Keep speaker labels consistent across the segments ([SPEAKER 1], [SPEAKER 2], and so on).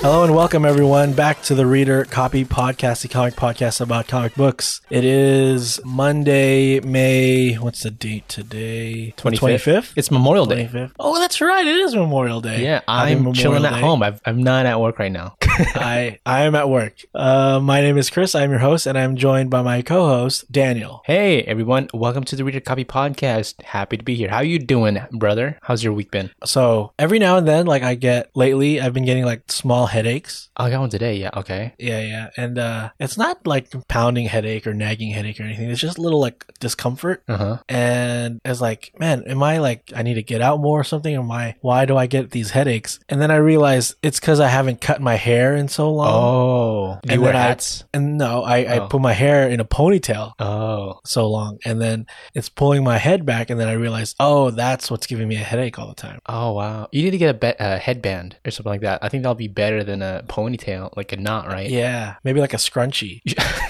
[SPEAKER 1] Hello and welcome everyone back to the Reader Copy Podcast, the comic podcast about comic books. It is Monday, May. What's the date today? The 25th?
[SPEAKER 2] It's Memorial Day.
[SPEAKER 1] 25th. Oh, that's right. It is Memorial Day.
[SPEAKER 2] Yeah,
[SPEAKER 1] Happy
[SPEAKER 2] I'm
[SPEAKER 1] Memorial
[SPEAKER 2] chilling at
[SPEAKER 1] Day.
[SPEAKER 2] home. I've, I'm not at work right now.
[SPEAKER 1] I I am at work. Uh, my name is Chris. I'm your host, and I'm joined by my co-host Daniel.
[SPEAKER 2] hey, everyone. Welcome to the Reader Copy Podcast. Happy to be here. How you doing, brother? How's your week been?
[SPEAKER 1] So every now and then, like I get lately, I've been getting like small headaches.
[SPEAKER 2] Oh, I got one today. Yeah, okay.
[SPEAKER 1] Yeah, yeah, and uh, it's not like pounding headache or nagging headache or anything. It's just little like discomfort.
[SPEAKER 2] Uh-huh.
[SPEAKER 1] and it's like, man, am I like I need to get out more or something? Am I why do I get these headaches? And then I realized it's because I haven't cut my hair in so long.
[SPEAKER 2] Oh. Do you
[SPEAKER 1] and
[SPEAKER 2] wear
[SPEAKER 1] then I-
[SPEAKER 2] hats?
[SPEAKER 1] And no, I, I
[SPEAKER 2] Oh.
[SPEAKER 1] put my hair in a ponytail
[SPEAKER 2] oh.
[SPEAKER 1] so long and then it's pulling my head back and then I realized, oh, that's what's giving me a headache all the time.
[SPEAKER 2] Oh, wow. You need to get a, be- a headband or something like that. I think that'll be better than a ponytail, like a knot, right?
[SPEAKER 1] Yeah. Maybe like a scrunchie.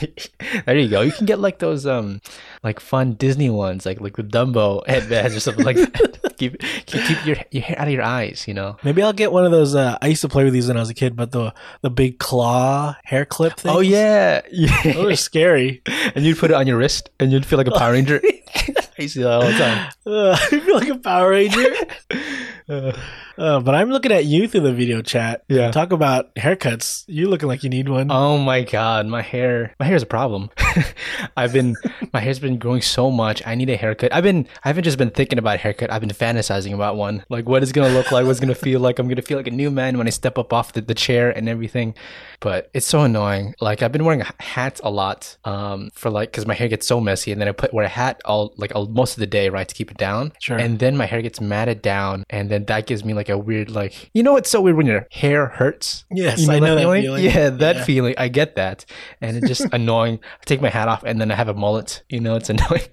[SPEAKER 2] there you go. You can get like those um like fun Disney ones, like like the Dumbo headbands or something like that. keep keep keep your your hair out of your eyes, you know.
[SPEAKER 1] Maybe I'll get one of those uh, I used to play with these when I was a kid, but the the big claw hair clip thing.
[SPEAKER 2] Oh yeah.
[SPEAKER 1] Those
[SPEAKER 2] yeah.
[SPEAKER 1] are scary. Oh.
[SPEAKER 2] and you'd put it on your wrist and you'd feel like a Power Ranger. I used to do that all the time.
[SPEAKER 1] Uh, I feel like a Power Ranger.
[SPEAKER 2] Uh,
[SPEAKER 1] Uh, but I'm looking at you through the video chat.
[SPEAKER 2] Yeah.
[SPEAKER 1] Talk about haircuts. You looking like you need one.
[SPEAKER 2] oh my god, my hair my hair's a problem. I've been my hair's been growing so much. I need a haircut. I've been I haven't just been thinking about a haircut. I've been fantasizing about one. Like what it's gonna look like, what's gonna feel like. I'm gonna feel like a new man when I step up off the, the chair and everything. But it's so annoying. Like I've been wearing a hat a lot. Um for like because my hair gets so messy and then I put wear a hat all like all, most of the day, right, to keep it down.
[SPEAKER 1] Sure.
[SPEAKER 2] And and then my hair gets matted down and then that gives me like a weird like you know it's so weird when your hair hurts
[SPEAKER 1] Yes,
[SPEAKER 2] You
[SPEAKER 1] I know that feeling.
[SPEAKER 2] yeah that
[SPEAKER 1] Yeah.
[SPEAKER 2] feeling i get that and it's just annoying i take my hat off and then i have a mullet you know it's annoying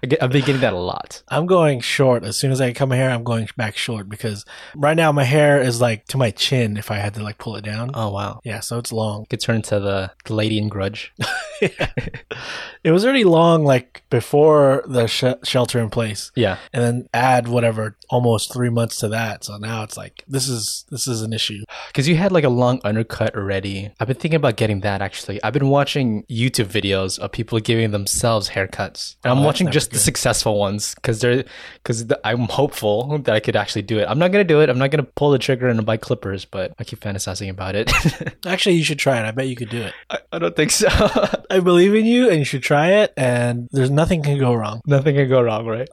[SPEAKER 2] I get, i've been getting that a lot
[SPEAKER 1] I'm going short. As soon as I cut my hair, I'm going back short because right now my hair is like to my chin if I had to like pull it down.
[SPEAKER 2] oh wow
[SPEAKER 1] Yeah, so it's long.
[SPEAKER 2] could turn into the, the lady in grudge
[SPEAKER 1] It was already long like before the sh- shelter in place.
[SPEAKER 2] yeah
[SPEAKER 1] And then add whatever almost three months to that. So now it's like this is this is an issue.
[SPEAKER 2] Because you had like a long undercut already. I've been thinking about getting that actually. I've been watching YouTube videos of people giving themselves haircuts, and I'm
[SPEAKER 1] Oh, that's
[SPEAKER 2] watching
[SPEAKER 1] never
[SPEAKER 2] just the
[SPEAKER 1] good.
[SPEAKER 2] successful ones because they're because th- I'm hopeful that I could actually do it. I'm not gonna do it. I'm not gonna pull the trigger and buy clippers, but I keep fantasizing about it.
[SPEAKER 1] Actually, you should try it. I bet you could do it.
[SPEAKER 2] I, I don't think so.
[SPEAKER 1] I believe in you, and you should try it. And there's nothing can go wrong.
[SPEAKER 2] Nothing can go wrong, right?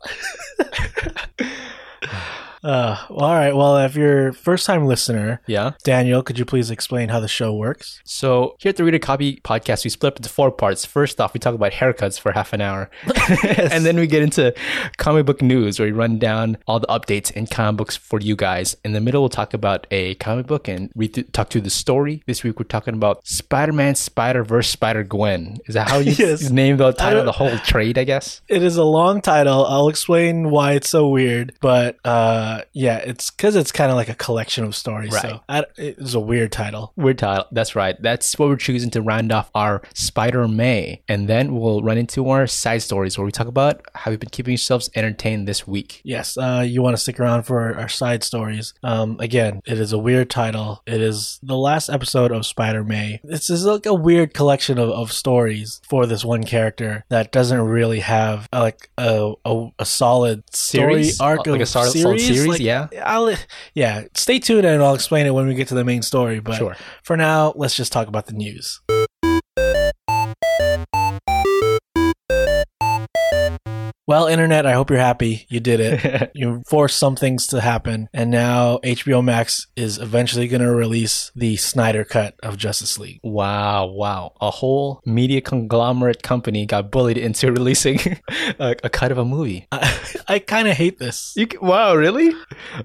[SPEAKER 1] Uh, well, all right. Well, if you're a first time listener,
[SPEAKER 2] Yeah.
[SPEAKER 1] Daniel, could you please explain how the show works?
[SPEAKER 2] So here at the Reader Copy podcast, we split up into four parts. First off, we talk about haircuts for half an hour, and then we get into comic book news, where we run down all the updates in comic books for you guys. In the middle, we'll talk about a comic book and we th- talk through the story. This week, we're talking about Spider-Man, Spider-Verse, Spider-Gwen. Is that how you
[SPEAKER 1] Yes.
[SPEAKER 2] name the
[SPEAKER 1] don't-
[SPEAKER 2] title of the whole trade? I guess.
[SPEAKER 1] It is a long title. I'll explain why it's so weird, but uh, yeah, it's because it's kind of like a collection of stories. So
[SPEAKER 2] Right.
[SPEAKER 1] I, it's a weird title.
[SPEAKER 2] Weird title. That's right. That's what we're choosing to round off our Spider May. And then we'll run into our side stories where we talk about how you've been keeping yourselves entertained this week.
[SPEAKER 1] Yes, uh, you want to stick around for our side stories. Um, again, it is a weird title. It is the last episode of Spider May. This is like a weird collection of, of stories for this one character that doesn't really have uh, like a, a, a solid
[SPEAKER 2] Series?
[SPEAKER 1] story arc
[SPEAKER 2] Like
[SPEAKER 1] of
[SPEAKER 2] a solid- solid series, yeah.
[SPEAKER 1] I'll, yeah. Stay tuned and I'll explain it when we get to the main story. But
[SPEAKER 2] Sure.
[SPEAKER 1] for now, let's just talk about the news. Well, internet, I hope you're happy. You did it you force some things to happen and now hbo max is eventually going to release the snyder cut of justice league
[SPEAKER 2] wow, wow. A whole media conglomerate company got bullied into releasing a, a cut of a movie.
[SPEAKER 1] i, I kind of hate this
[SPEAKER 2] You, c- wow, really?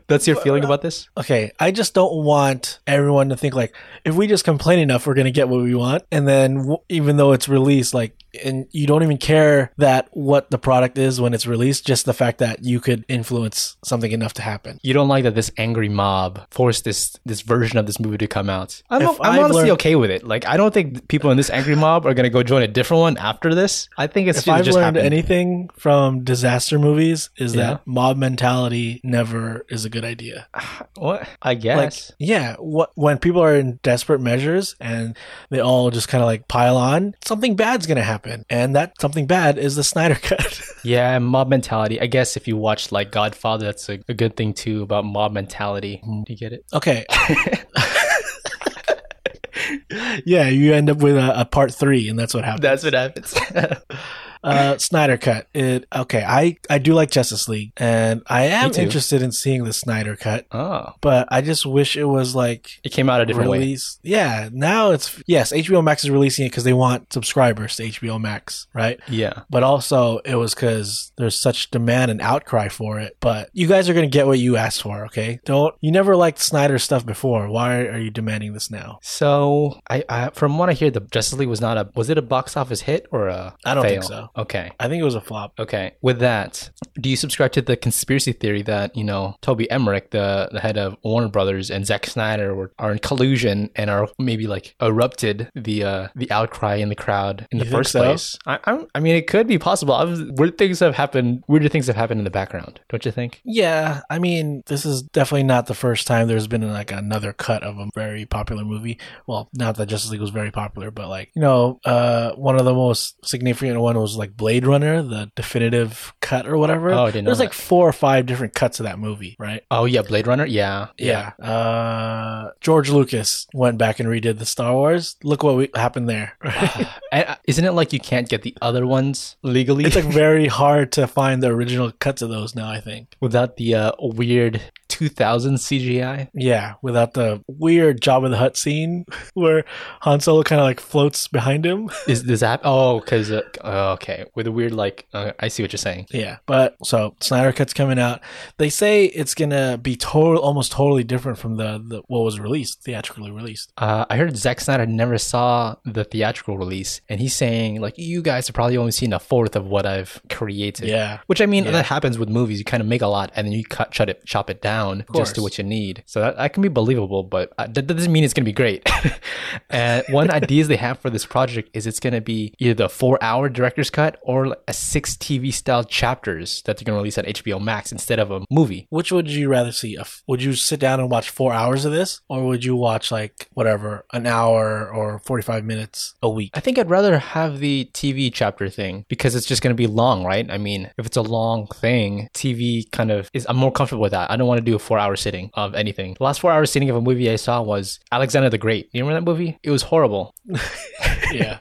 [SPEAKER 2] That's your feeling about this?
[SPEAKER 1] okay i just don't want everyone to think like if we just complain enough we're going to get what we want and then w- even though it's released like and you don't even care that what the product is when it's released, just the fact that you could influence something enough to happen.
[SPEAKER 2] You don't like that this angry mob forced this this version of this movie to come out. I'm,
[SPEAKER 1] If
[SPEAKER 2] I'm
[SPEAKER 1] I've
[SPEAKER 2] honestly
[SPEAKER 1] learned-
[SPEAKER 2] okay with it. Like I don't think people in this angry mob are gonna go join a different one after this. I think it's
[SPEAKER 1] If
[SPEAKER 2] just,
[SPEAKER 1] I've
[SPEAKER 2] just
[SPEAKER 1] learned
[SPEAKER 2] happened.
[SPEAKER 1] anything from disaster movies, is
[SPEAKER 2] Yeah.
[SPEAKER 1] that mob mentality never is a good idea.
[SPEAKER 2] what I guess.
[SPEAKER 1] Yeah, what when people are in desperate measures and they all just kind of like pile on, something bad's gonna happen, and that something bad is the Snyder Cut.
[SPEAKER 2] yeah, mob mentality. I guess if you watch like Godfather, that's a, a good thing too about mob mentality. Do you get it?
[SPEAKER 1] okay. yeah, you end up with a, a part three, and that's what happens.
[SPEAKER 2] That's what happens.
[SPEAKER 1] Uh, Snyder cut. It okay. I I do like Justice League, and I am
[SPEAKER 2] too.
[SPEAKER 1] interested in seeing the Snyder cut.
[SPEAKER 2] oh,
[SPEAKER 1] But I just wish it was like
[SPEAKER 2] it came out a different way.
[SPEAKER 1] release. Yeah, now it's yes. HBO Max is releasing it because they want subscribers to HBO Max, right?
[SPEAKER 2] Yeah.
[SPEAKER 1] But also, it was because there's such demand and outcry for it. But you guys are gonna get what you asked for, okay? Don't you never liked Snyder stuff before? Why are you demanding this now?
[SPEAKER 2] So I, I from what I hear, the Justice League was not a was it a box office hit or a
[SPEAKER 1] I don't think
[SPEAKER 2] fail?
[SPEAKER 1] so.
[SPEAKER 2] Okay.
[SPEAKER 1] I think it was a flop.
[SPEAKER 2] Okay. With that, do you subscribe to the conspiracy theory that, you know, Toby Emmerich, the, the head of Warner Brothers and Zack Snyder were, are in collusion and are maybe like erupted the uh, the outcry in the crowd in
[SPEAKER 1] You
[SPEAKER 2] the
[SPEAKER 1] think
[SPEAKER 2] first
[SPEAKER 1] so?
[SPEAKER 2] place? I, I I mean, it could be possible. I was, weird things have happened. Weirder things have happened in the background, don't you think?
[SPEAKER 1] Yeah, I mean, this is definitely not the first time there's been like another cut of a very popular movie. Well, not that Justice League was very popular, but like you know, uh, one of the most significant one was like Blade Runner, the definitive cut or whatever.
[SPEAKER 2] Oh, I didn't know
[SPEAKER 1] There's
[SPEAKER 2] that.
[SPEAKER 1] like four or five different cuts of that movie, right?
[SPEAKER 2] Oh yeah, Blade Runner. Yeah,
[SPEAKER 1] Yeah. Uh, George Lucas went back and redid the Star Wars. Look what we, happened there. right?
[SPEAKER 2] And, uh, isn't it like you can't get the other ones legally
[SPEAKER 1] it's like very hard to find the original cuts of those now. I think.
[SPEAKER 2] without the uh, weird 2000 CGI?
[SPEAKER 1] Yeah, without the weird Job of the Hut scene where Han Solo kind of like floats behind him.
[SPEAKER 2] Is does that? Oh, because uh, oh, okay, with a weird like. Uh, I see what you're saying.
[SPEAKER 1] Yeah, but so Snyder Cut's coming out. They say it's gonna be total, almost totally different from the, the what was released, theatrically released.
[SPEAKER 2] Uh, I heard Zack Snyder never saw the theatrical release, and he's saying like, you guys have probably only seen a fourth of what I've created.
[SPEAKER 1] Yeah,
[SPEAKER 2] Which I mean,
[SPEAKER 1] Yeah.
[SPEAKER 2] that happens with movies. You kind of make a lot, and then you cut, shut it, chop it down just
[SPEAKER 1] course.
[SPEAKER 2] to what you need. So that, that can be believable, but uh, that, that doesn't mean it's going to be great. and one ideas they have for this project is it's going to be either the four-hour director's cut or like a six TV-style chapters that they're going to release on HBO Max instead of a movie.
[SPEAKER 1] which would you rather see? A f- Would you sit down and watch four hours of this, or would you watch like whatever an hour or forty-five minutes a week?
[SPEAKER 2] I think I'd rather have the TV chapter thing because it's just going to be long, right? I mean, if it's a long thing, TV kind of is, I'm more comfortable with that. I don't want to do a four hour sitting of anything. The last four hour sitting of a movie I saw was Alexander the Great. You remember that movie? It was horrible.
[SPEAKER 1] yeah,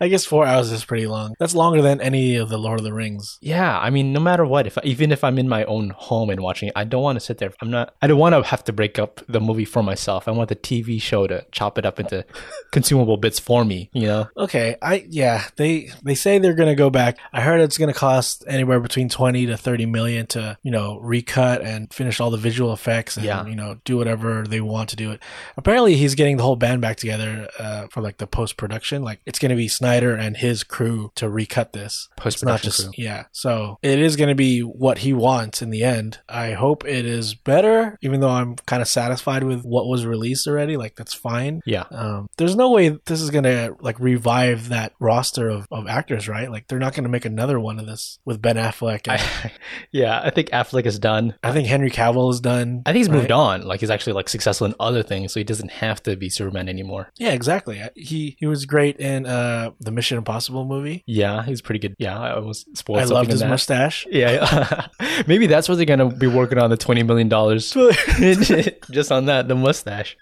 [SPEAKER 1] I guess four hours is pretty long. That's longer than any of the Lord of the Rings.
[SPEAKER 2] Yeah. I mean, no matter what, if even if I'm in my own home and watching it, I don't want to sit there. I'm not, I don't want to have to break up the movie for myself. I want the TV show to chop it up into consumable bits for me, you know?
[SPEAKER 1] Okay, I yeah, they they say they're going to go back. I heard it's going to cost anywhere between 20 to 30 million to, you know, recut and finish all the visual effects and
[SPEAKER 2] Yeah.
[SPEAKER 1] you know, do whatever they want to do it. Apparently, he's getting the whole band back together uh, for like the post-production. Like it's going to be Snyder and his crew to recut this. It's not
[SPEAKER 2] Post-production
[SPEAKER 1] just
[SPEAKER 2] crew.
[SPEAKER 1] yeah. So, it is going to be what he wants in the end. I hope it is better even though I'm kind of satisfied with what was released already. Like that's fine.
[SPEAKER 2] Yeah.
[SPEAKER 1] Um, there's no way this is gonna like revive that roster of, of actors, right? Like they're not gonna make another one of this with Ben Affleck. And I,
[SPEAKER 2] I, yeah. I think Affleck is done.
[SPEAKER 1] think Henry Cavill is done.
[SPEAKER 2] I think he's
[SPEAKER 1] right?
[SPEAKER 2] moved on. Like he's actually like successful in other things, so he doesn't have to be Superman anymore.
[SPEAKER 1] Yeah, exactly. I- He he was great in uh the Mission Impossible movie.
[SPEAKER 2] Yeah, he's pretty good. Yeah, I almost spoiled
[SPEAKER 1] I
[SPEAKER 2] something
[SPEAKER 1] loved
[SPEAKER 2] in
[SPEAKER 1] his
[SPEAKER 2] that.
[SPEAKER 1] mustache.
[SPEAKER 2] Yeah, yeah. maybe that's what they're gonna be working on the twenty million dollars, just on that the mustache.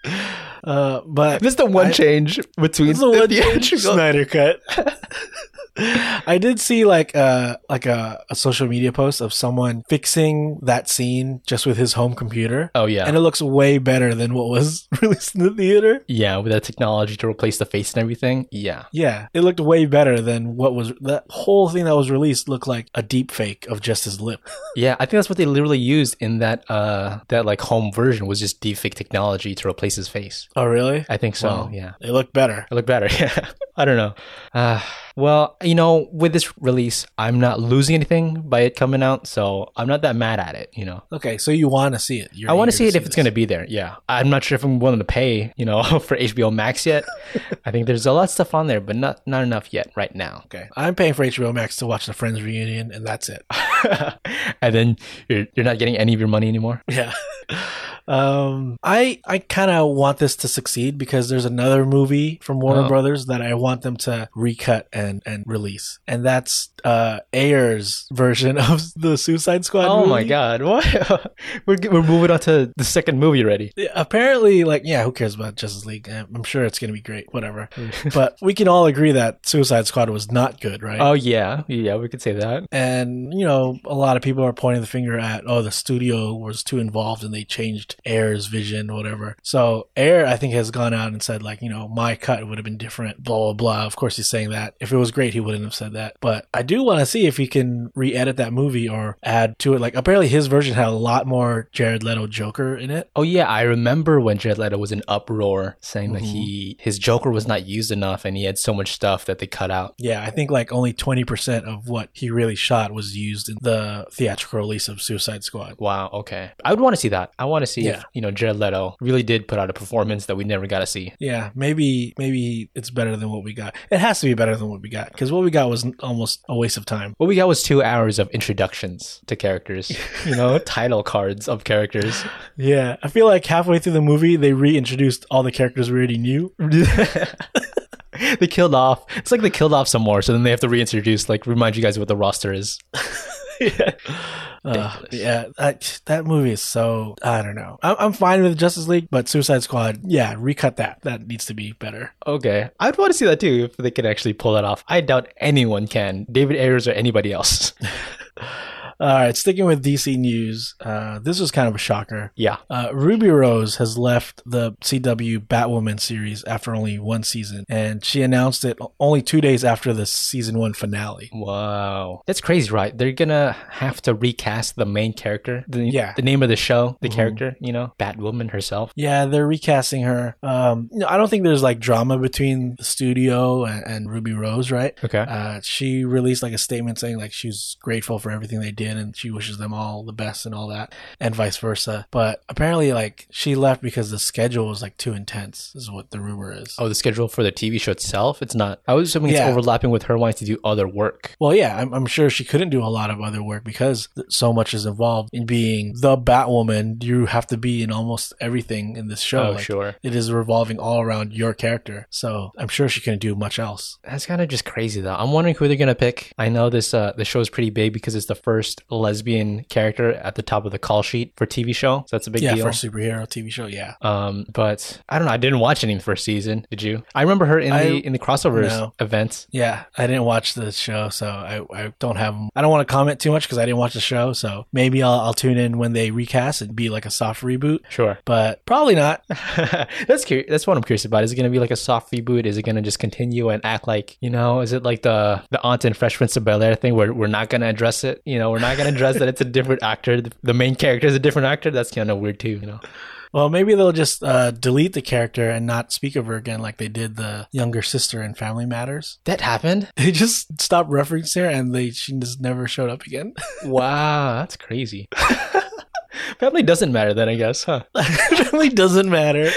[SPEAKER 1] Uh, but
[SPEAKER 2] That's the one
[SPEAKER 1] I-
[SPEAKER 2] change between
[SPEAKER 1] It's the one
[SPEAKER 2] theatrical-
[SPEAKER 1] Snyder cut. I did see like uh like a, a social media post of someone fixing that scene just with his home computer.
[SPEAKER 2] Oh yeah,
[SPEAKER 1] And it looks way better than what was released in the theater.
[SPEAKER 2] yeah, with that technology to replace the face and everything. Yeah,
[SPEAKER 1] Yeah, it looked way better than what was that whole thing that was released looked like a deep fake of just his lip.
[SPEAKER 2] yeah. I think that's what they literally used in that uh that like home version was just deepfake technology to replace his face.
[SPEAKER 1] Oh, really?
[SPEAKER 2] I think so.
[SPEAKER 1] Wow.
[SPEAKER 2] Yeah.
[SPEAKER 1] It looked better.
[SPEAKER 2] I look better. Yeah. I don't know. Uh, well, you know, with this release, I'm not losing anything by it coming out, so I'm not that mad at it. You know,
[SPEAKER 1] Okay, so you want to see it? You're
[SPEAKER 2] I want
[SPEAKER 1] eager
[SPEAKER 2] to see it if it's going
[SPEAKER 1] this.
[SPEAKER 2] to be there. Yeah, I'm not sure if I'm willing to pay, you know, for HBO Max yet. I think there's a lot of stuff on there, but not not enough yet right now.
[SPEAKER 1] Okay, I'm paying for HBO Max to watch the Friends reunion, and that's it.
[SPEAKER 2] and then you're you're not getting any of your money anymore.
[SPEAKER 1] Yeah. Um, I I kind of want this to succeed because there's another movie from Warner
[SPEAKER 2] Oh.
[SPEAKER 1] Brothers that I want them to recut and and release, and that's uh Ayers' version of the Suicide Squad.
[SPEAKER 2] Oh my
[SPEAKER 1] movie.
[SPEAKER 2] god, what? we're g- we're moving on to the second movie already.
[SPEAKER 1] Yeah, Apparently, like, yeah, who cares about Justice League? Eh, I'm sure it's gonna be great, whatever. but we can all agree that Suicide Squad was not good, right?
[SPEAKER 2] Oh yeah, yeah, we could say that.
[SPEAKER 1] and you know, a lot of people are pointing the finger at, oh, the studio was too involved and they changed Air's vision, whatever. So Air, I think, has gone out and said like, you know, my cut would have been different, blah blah blah. Of course, he's saying that. If it was great, he wouldn't have said that. But I do want to see if he can re-edit that movie or add to it. Like, apparently, his version had a lot more Jared Leto Joker in it.
[SPEAKER 2] Oh yeah, I remember when Jared Leto was in uproar saying that
[SPEAKER 1] Mhm.
[SPEAKER 2] he his Joker was not used enough and he had so much stuff that they cut out.
[SPEAKER 1] Yeah, I think like only 20% of what he really shot was used in the theatrical release of Suicide Squad.
[SPEAKER 2] Wow, okay. I would want to see that. I want to see
[SPEAKER 1] Yeah.
[SPEAKER 2] if, you know, Jared Leto really did put out a performance that we never got to see.
[SPEAKER 1] Yeah, maybe maybe it's better than what we got. It has to be better than what we got because what we got was n- almost a waste of time.
[SPEAKER 2] What we got was two hours of introductions to characters, you know, title cards of characters.
[SPEAKER 1] Yeah, I feel like halfway through the movie they reintroduced all the characters we already knew.
[SPEAKER 2] they killed off. It's like they killed off some more, so then they have to reintroduce, like, remind you guys what the roster is.
[SPEAKER 1] yeah, uh,
[SPEAKER 2] Ridiculous.
[SPEAKER 1] yeah, that, that movie is so I don't know. I'm, I'm fine with Justice League, but Suicide Squad, yeah, recut that. That needs to be better.
[SPEAKER 2] Okay. I'd want to see that too if they can actually pull that off. I doubt anyone can, David Ayers or anybody else.
[SPEAKER 1] All right, sticking with DC news, uh, this was kind of a shocker.
[SPEAKER 2] yeah.
[SPEAKER 1] Uh, Ruby Rose has left the CW Batwoman series after only one season, and she announced it only two days after the season one finale.
[SPEAKER 2] Wow. That's crazy, right? They're going to have to recast the main character. The,
[SPEAKER 1] Yeah.
[SPEAKER 2] The name of the show, the
[SPEAKER 1] Mhm.
[SPEAKER 2] character, you know, Batwoman herself.
[SPEAKER 1] Yeah, they're recasting her. Um, no, I don't think there's like drama between the studio and, and Ruby Rose, right?
[SPEAKER 2] Okay.
[SPEAKER 1] Uh, she released like a statement saying like she's grateful for everything they did and she wishes them all the best and all that and vice versa. But apparently like she left because the schedule was like too intense is what the rumor is.
[SPEAKER 2] Oh, the schedule for the TV show itself? It's not. I was assuming
[SPEAKER 1] Yeah.
[SPEAKER 2] it's overlapping with her wanting to do other work.
[SPEAKER 1] Well, yeah, I'm, I'm sure she couldn't do a lot of other work because th- so much is involved in being the Batwoman. You have to be in almost everything in this show.
[SPEAKER 2] oh,
[SPEAKER 1] Like,
[SPEAKER 2] sure.
[SPEAKER 1] It is revolving all around your character. So I'm sure she couldn't do much else.
[SPEAKER 2] That's kind of just crazy, though. I'm wondering who they're gonna pick. I know this uh, the show is pretty big because it's the first lesbian character at the top of the call sheet for TV show. So that's a big
[SPEAKER 1] yeah,
[SPEAKER 2] deal.
[SPEAKER 1] for a superhero TV show. Yeah.
[SPEAKER 2] Um, but I don't know. I didn't watch any of the first season. Did you? I remember her in
[SPEAKER 1] I-
[SPEAKER 2] the in the crossovers
[SPEAKER 1] No.
[SPEAKER 2] events.
[SPEAKER 1] Yeah. I didn't watch the show, so I, I don't have, I don't want to comment too much because I didn't watch the show. So maybe I'll, I'll tune in when they recast and be like a soft reboot,
[SPEAKER 2] Sure.
[SPEAKER 1] but probably not.
[SPEAKER 2] that's curious. That's what I'm curious about. Is it gonna be like a soft reboot? Is it gonna just continue and act like you know? Is it like the the aunt and Fresh Prince of Bel Air thing where we're not gonna address it? You know, we're not gonna address that it's a different actor. The- The main character is a different actor. That's kind of weird too. You know.
[SPEAKER 1] Well, maybe they'll just uh, delete the character and not speak of her again like they did the younger sister in Family Matters.
[SPEAKER 2] That happened.
[SPEAKER 1] they just stopped referencing her and they she just never showed up again.
[SPEAKER 2] Wow, that's crazy. Family doesn't matter then, I guess, huh?
[SPEAKER 1] it really doesn't matter.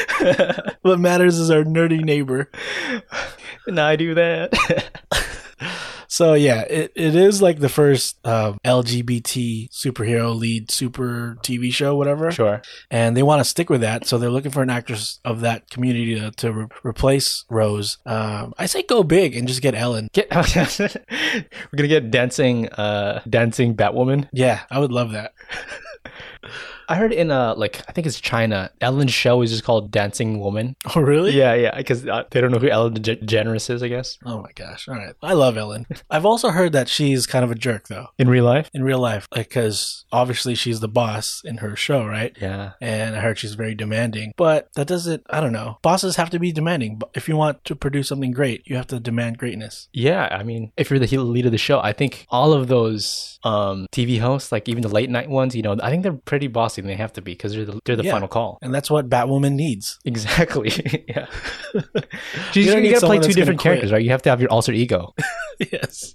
[SPEAKER 1] what matters is our nerdy neighbor.
[SPEAKER 2] and I do that.
[SPEAKER 1] So yeah, it, it is like the first um, LGBT superhero lead super TV show, whatever.
[SPEAKER 2] sure.
[SPEAKER 1] And they want to stick with that, so they're looking for an actress of that community to, to re- replace Rose. Um, I say go big and just get Ellen.
[SPEAKER 2] Get We're gonna get dancing uh dancing Batwoman.
[SPEAKER 1] Yeah, I would love that.
[SPEAKER 2] I heard in uh like I think it's China, Ellen's show is just called Dancing Woman.
[SPEAKER 1] Oh really?
[SPEAKER 2] Yeah, yeah, because uh, they don't know who Ellen DeG- DeGeneres is, I guess.
[SPEAKER 1] Oh my gosh! All right, I love Ellen. I've also heard that she's kind of a jerk though.
[SPEAKER 2] In real life.
[SPEAKER 1] in real life because obviously she's the boss in her show, right?
[SPEAKER 2] Yeah.
[SPEAKER 1] And I heard she's very demanding, but that doesn't, I don't know. Bosses have to be demanding. But If you want to produce something great, you have to demand greatness.
[SPEAKER 2] Yeah, I mean, if you're the he- lead of the show, I think all of those um, TV hosts, like even the late night ones, you know, I think they're pretty bossy. and They have to be because they're the, they're the
[SPEAKER 1] Yeah.
[SPEAKER 2] final call.
[SPEAKER 1] And that's what Batwoman needs.
[SPEAKER 2] Exactly. yeah.
[SPEAKER 1] You
[SPEAKER 2] you
[SPEAKER 1] don't need someone
[SPEAKER 2] gotta play
[SPEAKER 1] that's
[SPEAKER 2] two
[SPEAKER 1] gonna
[SPEAKER 2] different characters, right? You have to have your alter ego.
[SPEAKER 1] yes.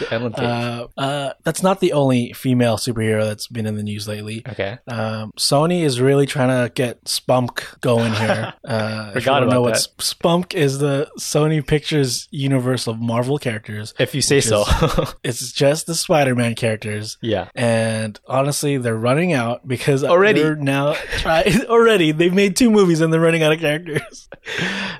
[SPEAKER 2] The Ellen Page.
[SPEAKER 1] Uh, uh, that's not the only female superhero that's been in the news lately.
[SPEAKER 2] okay.
[SPEAKER 1] Um, Sony is really trying to get Spunk going here. Uh, if you
[SPEAKER 2] Forgot
[SPEAKER 1] don't know
[SPEAKER 2] about
[SPEAKER 1] what
[SPEAKER 2] that.
[SPEAKER 1] Sp- Spunk is, the Sony Pictures universe of Marvel characters.
[SPEAKER 2] If you say
[SPEAKER 1] Which
[SPEAKER 2] so.
[SPEAKER 1] It's just the Spider-Man characters.
[SPEAKER 2] yeah.
[SPEAKER 1] And honestly, they're running out because
[SPEAKER 2] Already.
[SPEAKER 1] they're now trying. already, they've made two movies and they're running out of characters.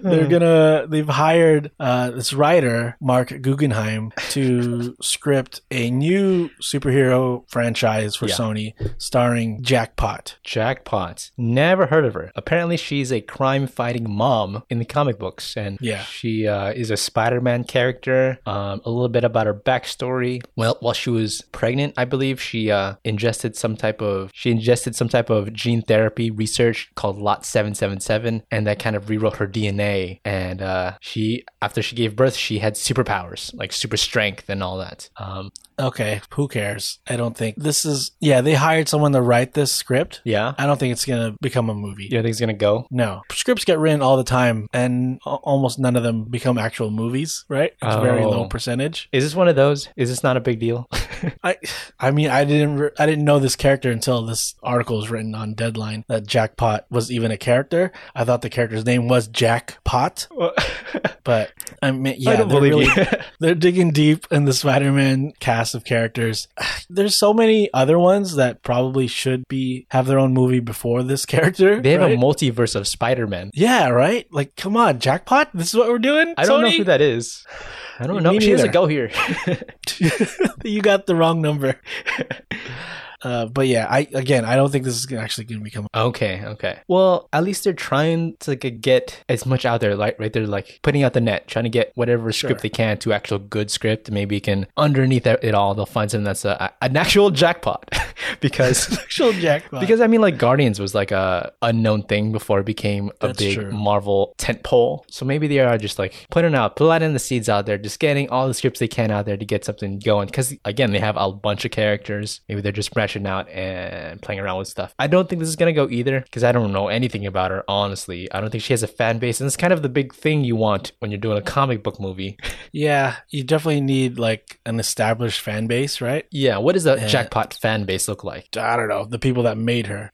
[SPEAKER 1] they're
[SPEAKER 2] Hmm.
[SPEAKER 1] gonna. They've hired uh, this writer Mark Guggenheim to script a new superhero franchise for
[SPEAKER 2] Yeah.
[SPEAKER 1] Sony, starring Jackpot.
[SPEAKER 2] Jackpot. Never heard of her. Apparently, she's a crime fighting mom in the comic books. And
[SPEAKER 1] Yeah.
[SPEAKER 2] she uh, is a Spider Man character. Um, a little bit about her backstory. Well, while she was pregnant, I believe she uh, ingested some type of she ingested some type of gene therapy research called Lot 777. And that kind of rewrote her DNA. And uh, she, after she gave birth, she had superpowers like super strength and all that. Um,
[SPEAKER 1] Okay, who cares? I don't think this is. Yeah, they hired someone to write this script.
[SPEAKER 2] yeah.
[SPEAKER 1] I don't think it's gonna become a movie.
[SPEAKER 2] You don't think it's going to go?
[SPEAKER 1] No. Scripts get written all the time, and a- almost none of them become actual movies, right? It's very
[SPEAKER 2] Oh.
[SPEAKER 1] low percentage.
[SPEAKER 2] Is this one of those? Is this not a big deal?
[SPEAKER 1] I, I mean, I didn't, re- I didn't know this character until this article was written on Deadline that Jackpot was even a character. I thought the character's name was Jackpot, but I mean, yeah,
[SPEAKER 2] I don't
[SPEAKER 1] they're
[SPEAKER 2] believe
[SPEAKER 1] really-
[SPEAKER 2] you.
[SPEAKER 1] They're digging deep in the Spider-Man cast of characters. There's so many other ones that probably should be have their own movie before this character.
[SPEAKER 2] They have
[SPEAKER 1] right?
[SPEAKER 2] a multiverse of Spider-Man.
[SPEAKER 1] yeah, right. Like, come on, jackpot! This is what we're doing.
[SPEAKER 2] I don't know
[SPEAKER 1] Sony?
[SPEAKER 2] who that is. I don't know.
[SPEAKER 1] Me
[SPEAKER 2] She
[SPEAKER 1] neither.
[SPEAKER 2] doesn't go here.
[SPEAKER 1] you got the wrong number. Uh, but yeah, I again, I don't think this is gonna- actually going to become.
[SPEAKER 2] okay, okay. Well, at least they're trying to like, get as much out there, like right? They're like putting out the net, trying to get whatever script
[SPEAKER 1] Sure.
[SPEAKER 2] they can to actual good script. Maybe you can underneath it all, they'll find something that's a, an actual jackpot, because
[SPEAKER 1] actual jackpot.
[SPEAKER 2] Because I mean, like Guardians was like a unknown thing before it became a
[SPEAKER 1] That's
[SPEAKER 2] big
[SPEAKER 1] true.
[SPEAKER 2] Marvel tentpole. So maybe they are just like putting out, planting the seeds out there, just getting all the scripts they can out there to get something going. Because again, they have a bunch of characters. Maybe they're just branching out and playing around with stuff. I don't think this is gonna go either because I don't know anything about her. Honestly, I don't think she has a fan base, and it's kind of the big thing you want when you're doing a comic book movie.
[SPEAKER 1] yeah, you definitely need like an established fan base, right?
[SPEAKER 2] yeah, what does a
[SPEAKER 1] Yeah.
[SPEAKER 2] jackpot fan base look like?
[SPEAKER 1] I don't know the people that made her.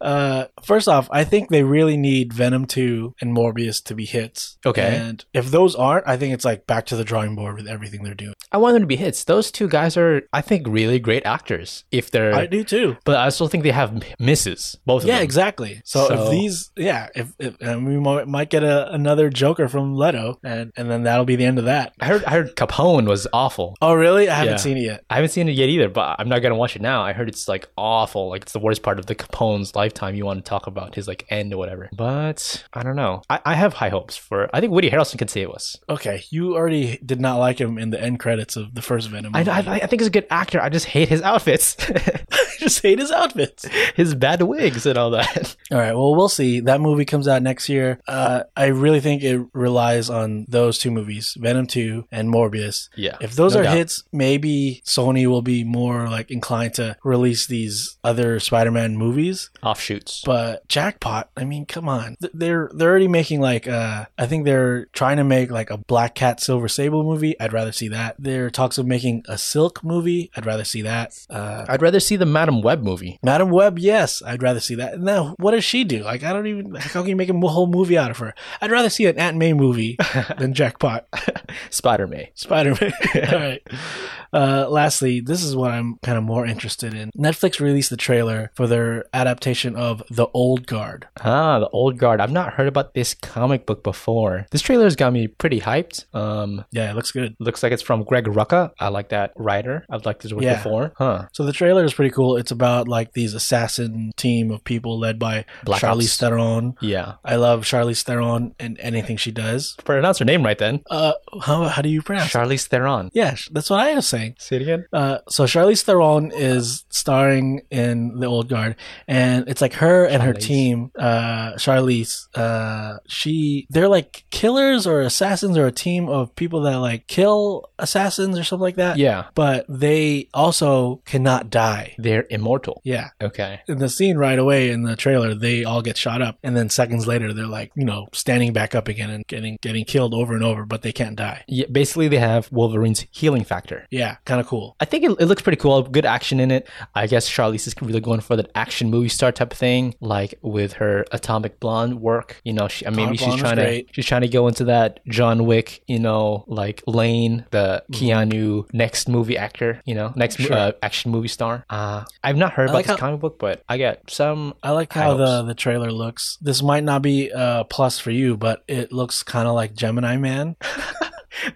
[SPEAKER 1] Uh, first off, I think they really need Venom 2 and Morbius to be hits.
[SPEAKER 2] Okay.
[SPEAKER 1] And if those aren't, I think it's like back to the drawing board with everything they're doing.
[SPEAKER 2] I want them to be hits. Those two guys are, I think, really great actors. If they're,
[SPEAKER 1] I do too.
[SPEAKER 2] but I still think they have m- misses. Both
[SPEAKER 1] Yeah,
[SPEAKER 2] of them.
[SPEAKER 1] exactly. So,
[SPEAKER 2] So-
[SPEAKER 1] if these, yeah, if, if and we might, might get a, another Joker from Leto, and and then that'll be the end of that.
[SPEAKER 2] I heard, I heard Capone was awful.
[SPEAKER 1] Oh, really? I haven't
[SPEAKER 2] Yeah.
[SPEAKER 1] seen it yet.
[SPEAKER 2] I haven't seen it yet either, but I'm not gonna watch it now. I heard it's like awful. Like it's the worst part of the Capone's lifetime. You want to talk about his like end or whatever. But I don't know. I, I have high hopes for. I think Woody Harrelson can save us.
[SPEAKER 1] Okay, you already did not like him in the end credits of the first Venom.
[SPEAKER 2] I,
[SPEAKER 1] Movie.
[SPEAKER 2] I, I think he's a good actor. I just hate his outfits,
[SPEAKER 1] just hate his outfits.
[SPEAKER 2] his bad wigs and all that.
[SPEAKER 1] All right. Well, we'll see. That movie comes out next year. Uh, I really think it relies on those two movies, Venom 2 and Morbius.
[SPEAKER 2] Yeah.
[SPEAKER 1] If those
[SPEAKER 2] no
[SPEAKER 1] are
[SPEAKER 2] doubt.
[SPEAKER 1] hits, maybe Sony will be more like inclined to release these other Spider-Man movies.
[SPEAKER 2] offshoots.
[SPEAKER 1] But Jackpot, I mean, come on. Th- They're they're already making like uh I think they're trying to make like a Black Cat Silver Sable movie. I'd rather see that. There are talks of making a Silk movie. I'd rather see that. Uh
[SPEAKER 2] I'd rather see the Madam Web movie.
[SPEAKER 1] Madam Web, yes, I'd rather see that. Now, what does she do? Like, I don't even. How can you make a mo- whole movie out of her? I'd rather see an Aunt May movie than Jackpot
[SPEAKER 2] Spider May.
[SPEAKER 1] Spider Man. All right. Uh, lastly, this is what I'm kind of more interested in. Netflix released the trailer for their adaptation of The Old Guard.
[SPEAKER 2] Ah, the old guard. I've not heard about this comic book before. This trailer's got me pretty hyped. Um,
[SPEAKER 1] Yeah, it looks good.
[SPEAKER 2] looks like it's from Greg Rucka. I like that writer. I've liked his work
[SPEAKER 1] Yeah.
[SPEAKER 2] before. Huh.
[SPEAKER 1] So the trailer is pretty cool. It's about like these assassin team of people led by
[SPEAKER 2] Black
[SPEAKER 1] Charlize
[SPEAKER 2] Ops.
[SPEAKER 1] Theron.
[SPEAKER 2] Yeah.
[SPEAKER 1] I love Charlize Theron and anything she does.
[SPEAKER 2] Pronounce her name right then.
[SPEAKER 1] Uh, how how do you pronounce? it?
[SPEAKER 2] Charlize Theron.
[SPEAKER 1] yeah, sh- that's what I was saying.
[SPEAKER 2] Say it again.
[SPEAKER 1] Uh, so Charlize Theron is starring in The Old Guard, and it's like her and her
[SPEAKER 2] Charlize.
[SPEAKER 1] team, uh, Charlize. Uh, she they're like killers or assassins or a team of people that like kill assassins or something like that.
[SPEAKER 2] Yeah,
[SPEAKER 1] But they also cannot die.
[SPEAKER 2] they're immortal.
[SPEAKER 1] Yeah.
[SPEAKER 2] Okay.
[SPEAKER 1] In the scene right away in the trailer, they all get shot up, and then seconds later, they're like, you know, standing back up again and getting getting killed over and over, but they can't die.
[SPEAKER 2] Yeah, basically they have Wolverine's healing factor.
[SPEAKER 1] Yeah, kind of cool.
[SPEAKER 2] I think it, it looks pretty cool. Good action in it. I guess Charlize is really going for that action movie star type of thing, like with her Atomic Blonde work. You know, she, I mean,
[SPEAKER 1] Atomic
[SPEAKER 2] maybe she's
[SPEAKER 1] Blonde was
[SPEAKER 2] trying to
[SPEAKER 1] great.
[SPEAKER 2] she's trying to go into that John Wick, you know, like Lane, the Keanu next movie actor, you know, next mo-
[SPEAKER 1] Mm-hmm. Sure.
[SPEAKER 2] uh, action movie star. Uh, I've not heard about
[SPEAKER 1] like
[SPEAKER 2] this
[SPEAKER 1] how-
[SPEAKER 2] comic book, but I got some.
[SPEAKER 1] I like
[SPEAKER 2] High
[SPEAKER 1] how the,
[SPEAKER 2] hopes.
[SPEAKER 1] the trailer looks. This might not be a plus for you, but it looks kind of like Gemini Man.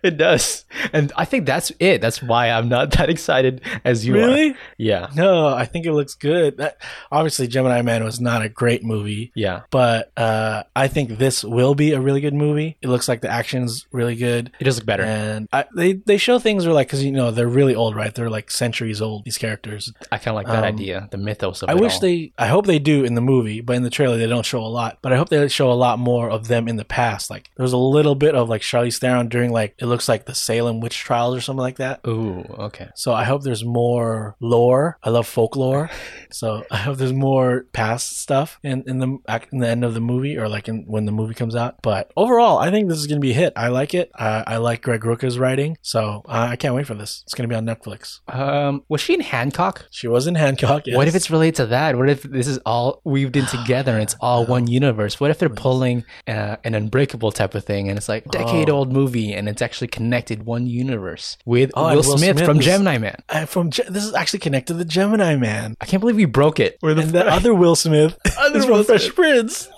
[SPEAKER 2] It does, and I think that's it. That's why I'm not that excited as you are. Yeah,
[SPEAKER 1] No, I think it looks good. That, obviously, Gemini Man was not a great movie,
[SPEAKER 2] yeah.
[SPEAKER 1] but uh, I think this will be a really good movie. It looks like the action's really good.
[SPEAKER 2] It does look better.
[SPEAKER 1] And I, they, they show things where, like, because, you know, they're really old, right? They're like centuries old, these characters.
[SPEAKER 2] I kind of like that
[SPEAKER 1] Um,
[SPEAKER 2] idea, the mythos of
[SPEAKER 1] I
[SPEAKER 2] it
[SPEAKER 1] wish
[SPEAKER 2] all.
[SPEAKER 1] they, I hope they do in the movie, but in the trailer they don't show a lot. But I hope they show a lot more of them in the past. Like there was a little bit of like Charlize Theron during like it looks like the Salem witch trials or something like that.
[SPEAKER 2] Ooh, okay.
[SPEAKER 1] So I hope there's more lore. I love folklore, so I hope there's more past stuff in in the ac- in the end of the movie or like in when the movie comes out. But overall, I think this is gonna be a hit. I like it. I, I like Greg Rucka's writing, so uh, I can't wait for this. It's gonna be on Netflix.
[SPEAKER 2] Um, was she in Hancock?
[SPEAKER 1] She was in Hancock.
[SPEAKER 2] What
[SPEAKER 1] yes.
[SPEAKER 2] if it's related to that? What if this is all weaved in together and it's all one universe? What if they're pulling uh, an unbreakable type of thing and it's like decade old movie and it's actually connected one universe with
[SPEAKER 1] Oh, and
[SPEAKER 2] Will,
[SPEAKER 1] Will
[SPEAKER 2] Smith,
[SPEAKER 1] Smith
[SPEAKER 2] from
[SPEAKER 1] is-
[SPEAKER 2] Gemini Man?
[SPEAKER 1] Uh, from Ge- this is actually connected to Gemini Man.
[SPEAKER 2] I can't believe we broke it. We're
[SPEAKER 1] and the other Will Smith
[SPEAKER 2] Other
[SPEAKER 1] is
[SPEAKER 2] Will
[SPEAKER 1] from Fresh Prince.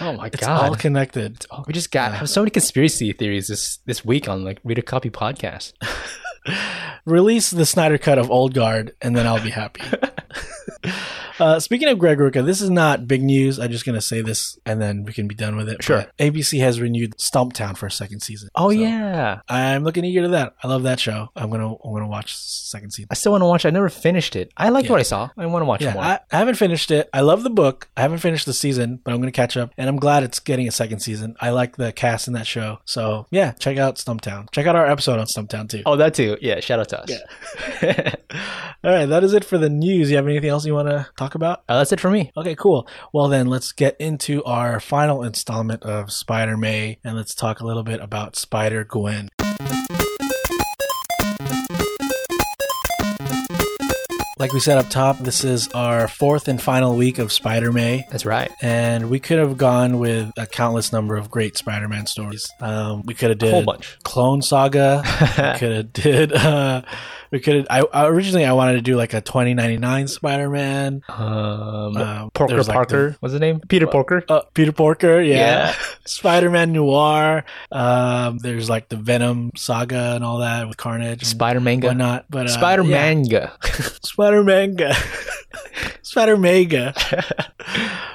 [SPEAKER 2] oh my
[SPEAKER 1] It's all
[SPEAKER 2] god. Oh,
[SPEAKER 1] connected.
[SPEAKER 2] we just got have so many conspiracy theories this this week on like Read a Copy podcast.
[SPEAKER 1] Release the Snyder cut of Old Guard, and then I'll be happy. uh, speaking of Greg Rucka, this is not big news. I'm just gonna say this, and then we can be done with it.
[SPEAKER 2] Sure.
[SPEAKER 1] But ABC has renewed Stumptown for a second season.
[SPEAKER 2] Oh
[SPEAKER 1] So
[SPEAKER 2] yeah.
[SPEAKER 1] I'm looking eager to that. I love that show. I'm gonna I'm gonna watch second season.
[SPEAKER 2] I still want to watch. it. I never finished it. I liked
[SPEAKER 1] Yeah.
[SPEAKER 2] what I saw. I want to watch
[SPEAKER 1] Yeah,
[SPEAKER 2] more.
[SPEAKER 1] I, I haven't finished it. I love the book. I haven't finished the season, but I'm going to catch up. And I'm glad it's getting a second season. I like the cast in that show. So, yeah, check out Stumptown. Check out our episode on Stumptown, too.
[SPEAKER 2] oh, that too. Yeah. Shout out to us.
[SPEAKER 1] All right, that is it for the news. You have anything else you want to talk about?
[SPEAKER 2] Uh, that's it for me.
[SPEAKER 1] Okay, cool. Well, then let's get into our final installment of Spider May and let's talk a little bit about Spider Gwen. Like we said up top, this is our fourth and final week of Spider May.
[SPEAKER 2] That's right.
[SPEAKER 1] and we could have gone with a countless number of great Spider-Man stories. Um, we could have did
[SPEAKER 2] Whole bunch.
[SPEAKER 1] Clone Saga. we could have did. Uh, we could. I, I originally I wanted to do like a 2099 Spider-Man.
[SPEAKER 2] Um,
[SPEAKER 1] Uh,
[SPEAKER 2] Porker
[SPEAKER 1] there's like
[SPEAKER 2] Parker. what's his name? Peter Porker.
[SPEAKER 1] Uh, Peter Porker, yeah.
[SPEAKER 2] Yeah.
[SPEAKER 1] Spider-Man Noir. Um, there's like the Venom saga and all that with Carnage, and
[SPEAKER 2] Spider Manga.
[SPEAKER 1] whatnot. But uh,
[SPEAKER 2] Spider
[SPEAKER 1] yeah.
[SPEAKER 2] Manga.
[SPEAKER 1] Spider Manga. Spider Mega.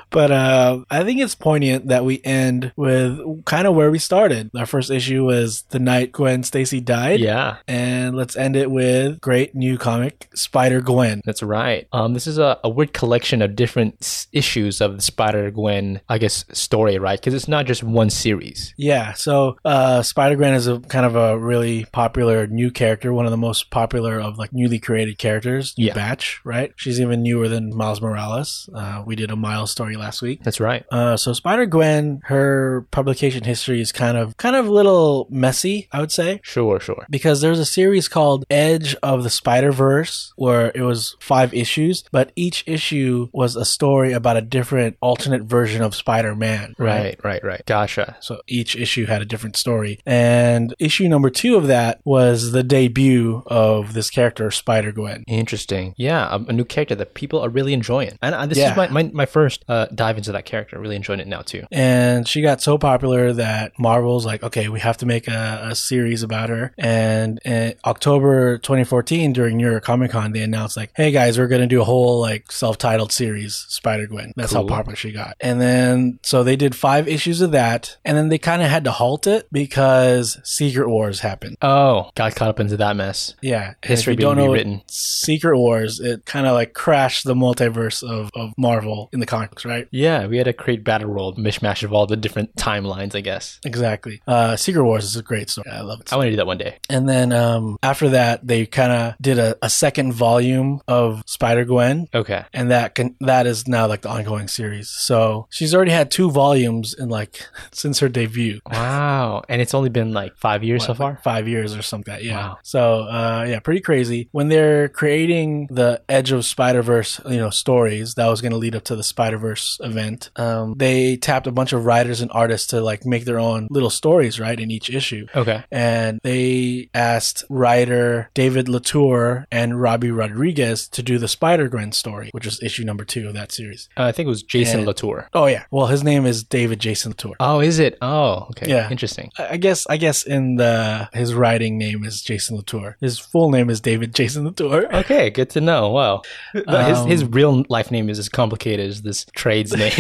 [SPEAKER 1] but uh, I think it's poignant that we end with kind of where we started. Our first issue was the night Gwen Stacy died.
[SPEAKER 2] yeah.
[SPEAKER 1] And let's end it with great new comic, Spider Gwen.
[SPEAKER 2] That's right. Um, this is a, a weird collection of different s- issues of the Spider Gwen, I guess, story, right? Because it's not just one series.
[SPEAKER 1] Yeah, so uh, Spider Gwen is a kind of a really popular new character, one of the most popular of like newly created characters, new
[SPEAKER 2] Yeah.
[SPEAKER 1] batch, right? She's even newer than Miles Morales. Uh, we did a Miles story last week.
[SPEAKER 2] That's right.
[SPEAKER 1] Uh, so Spider Gwen, her publication history is kind of kind of a little messy, I would say,
[SPEAKER 2] Sure, sure.
[SPEAKER 1] because there's a series called Edge of the Spider Verse where it was five issues, but each issue was a story about a different alternate version of Spider Man.
[SPEAKER 2] Right, right, right. Gotcha.
[SPEAKER 1] So each issue had a different story. And issue number two of that was the debut of this character, Spider Gwen.
[SPEAKER 2] um, Interesting. Yeah, a, a new character that people are really enjoying. And uh, this
[SPEAKER 1] Yeah.
[SPEAKER 2] is my, my, my first uh, d- dive into that character. Really enjoying it now too.
[SPEAKER 1] And she got so popular that Marvel's like, okay, we have to make a, a series about her. And in October 2014, during New York Comic Con, they announced like, hey guys, we're gonna do a whole like self-titled series, Spider Gwen. That's
[SPEAKER 2] Cool.
[SPEAKER 1] how popular she got. And then so they did five issues of that, and then they kind of had to halt it because Secret Wars happened.
[SPEAKER 2] Oh, got caught up into that mess.
[SPEAKER 1] Yeah, and
[SPEAKER 2] History
[SPEAKER 1] if you don't
[SPEAKER 2] being
[SPEAKER 1] know
[SPEAKER 2] rewritten.
[SPEAKER 1] Secret Wars, it kind of like crashed the multiverse of, of Marvel in the comics, right?
[SPEAKER 2] Yeah, we had to create battle world mishmash of all the different timelines. I guess
[SPEAKER 1] Exactly. Uh, Secret Wars is a great story. I love it.
[SPEAKER 2] I want to do that one day.
[SPEAKER 1] And then um, after that, they kind of did a, a second volume of Spider Gwen,
[SPEAKER 2] Okay.
[SPEAKER 1] and that can that is now like the ongoing series. So she's already had two volumes in like since her debut.
[SPEAKER 2] Wow, and it's only been like five years so
[SPEAKER 1] what, like
[SPEAKER 2] far.
[SPEAKER 1] five years or something like that yeah
[SPEAKER 2] Wow.
[SPEAKER 1] so uh yeah pretty crazy when they're creating the edge of spider-verse you know stories that was going to lead up to the spider-verse event um they tapped a bunch of writers and artists to like make their own little stories right in each issue
[SPEAKER 2] Okay.
[SPEAKER 1] and they asked writer David Latour and Robbie Rodriguez to do the Spider Gwen story, which is issue number two of that series.
[SPEAKER 2] Uh, I think it was Jason
[SPEAKER 1] Yeah.
[SPEAKER 2] Latour.
[SPEAKER 1] Oh yeah, well his name is David Jason Latour.
[SPEAKER 2] Oh, is it? Oh, okay.
[SPEAKER 1] Yeah.
[SPEAKER 2] Interesting.
[SPEAKER 1] I I guess I guess in the his writing name is Jason Latour. His full name is David Jason Latour.
[SPEAKER 2] Okay, good to know. Wow.
[SPEAKER 1] Um,
[SPEAKER 2] his, his real life name is as complicated as this trade's name.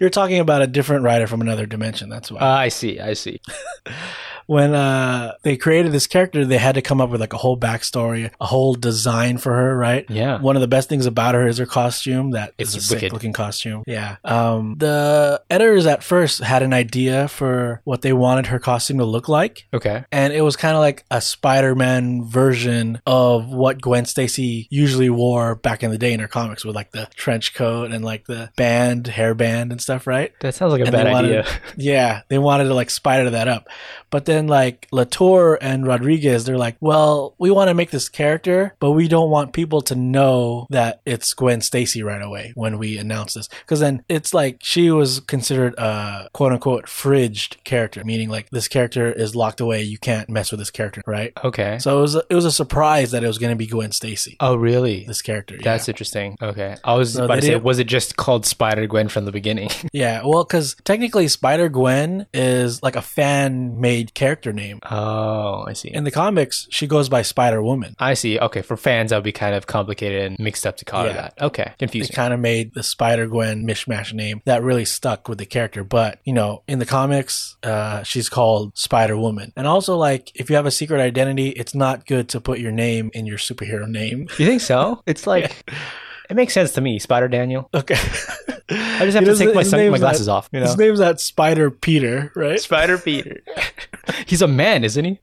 [SPEAKER 1] You're talking about a different writer from another dimension. That's why.
[SPEAKER 2] uh, I see. I see.
[SPEAKER 1] when uh, they created this character, they had to come up with like a whole backstory, a whole design for her, right?
[SPEAKER 2] Yeah.
[SPEAKER 1] One of the best things about her is her costume. That
[SPEAKER 2] It's
[SPEAKER 1] it's a sick
[SPEAKER 2] wicked.
[SPEAKER 1] looking costume. Yeah. Um, the editors at first had an idea for what they wanted her costume to look like.
[SPEAKER 2] Okay.
[SPEAKER 1] And it was kind of like a Spider Man version of what Gwen Stacy usually wore back in the day in her comics with like the trench coat and like the band, hairband and stuff, right?
[SPEAKER 2] That sounds like a
[SPEAKER 1] And
[SPEAKER 2] bad
[SPEAKER 1] they wanted-
[SPEAKER 2] idea.
[SPEAKER 1] Yeah, they wanted to like spider that up. But then like Latour and Rodriguez, they're like, well, we want to make this character, but we don't want people to know that it's Gwen Stacy right away when we announce this. Because then it's like she was considered a quote unquote fridged character, meaning like this character is locked away. You can't mess with this character, right?
[SPEAKER 2] Okay.
[SPEAKER 1] So it was a, it was a surprise that it was going to be Gwen Stacy,
[SPEAKER 2] oh, really?
[SPEAKER 1] this character. yeah.
[SPEAKER 2] That's interesting. Okay. I was
[SPEAKER 1] No,
[SPEAKER 2] about
[SPEAKER 1] they
[SPEAKER 2] to say,
[SPEAKER 1] didn't-
[SPEAKER 2] was it just called Spider Gwen from the beginning?
[SPEAKER 1] Yeah, well, because technically Spider Gwen is like a fan made character name.
[SPEAKER 2] oh, I see.
[SPEAKER 1] In the comics, she goes by Spider Woman.
[SPEAKER 2] I see. Okay. For fans, that would be kind of complicated and mixed up to call her
[SPEAKER 1] Yeah.
[SPEAKER 2] that. Okay.
[SPEAKER 1] They
[SPEAKER 2] Confusing.
[SPEAKER 1] kind of made the Spider Gwen mishmash name that really stuck with the character. But, you know, in the comics, uh, she's called Spider Woman. And also, like, if you have a secret identity, it's not good to put your name in your superhero name.
[SPEAKER 2] you think so? It's like, it makes sense to me, Spider Daniel.
[SPEAKER 1] Okay.
[SPEAKER 2] I just have to take my, sun- my glasses off. You know?
[SPEAKER 1] His name's not Spider Peter, right?
[SPEAKER 2] Spider Peter. He's a man, isn't he?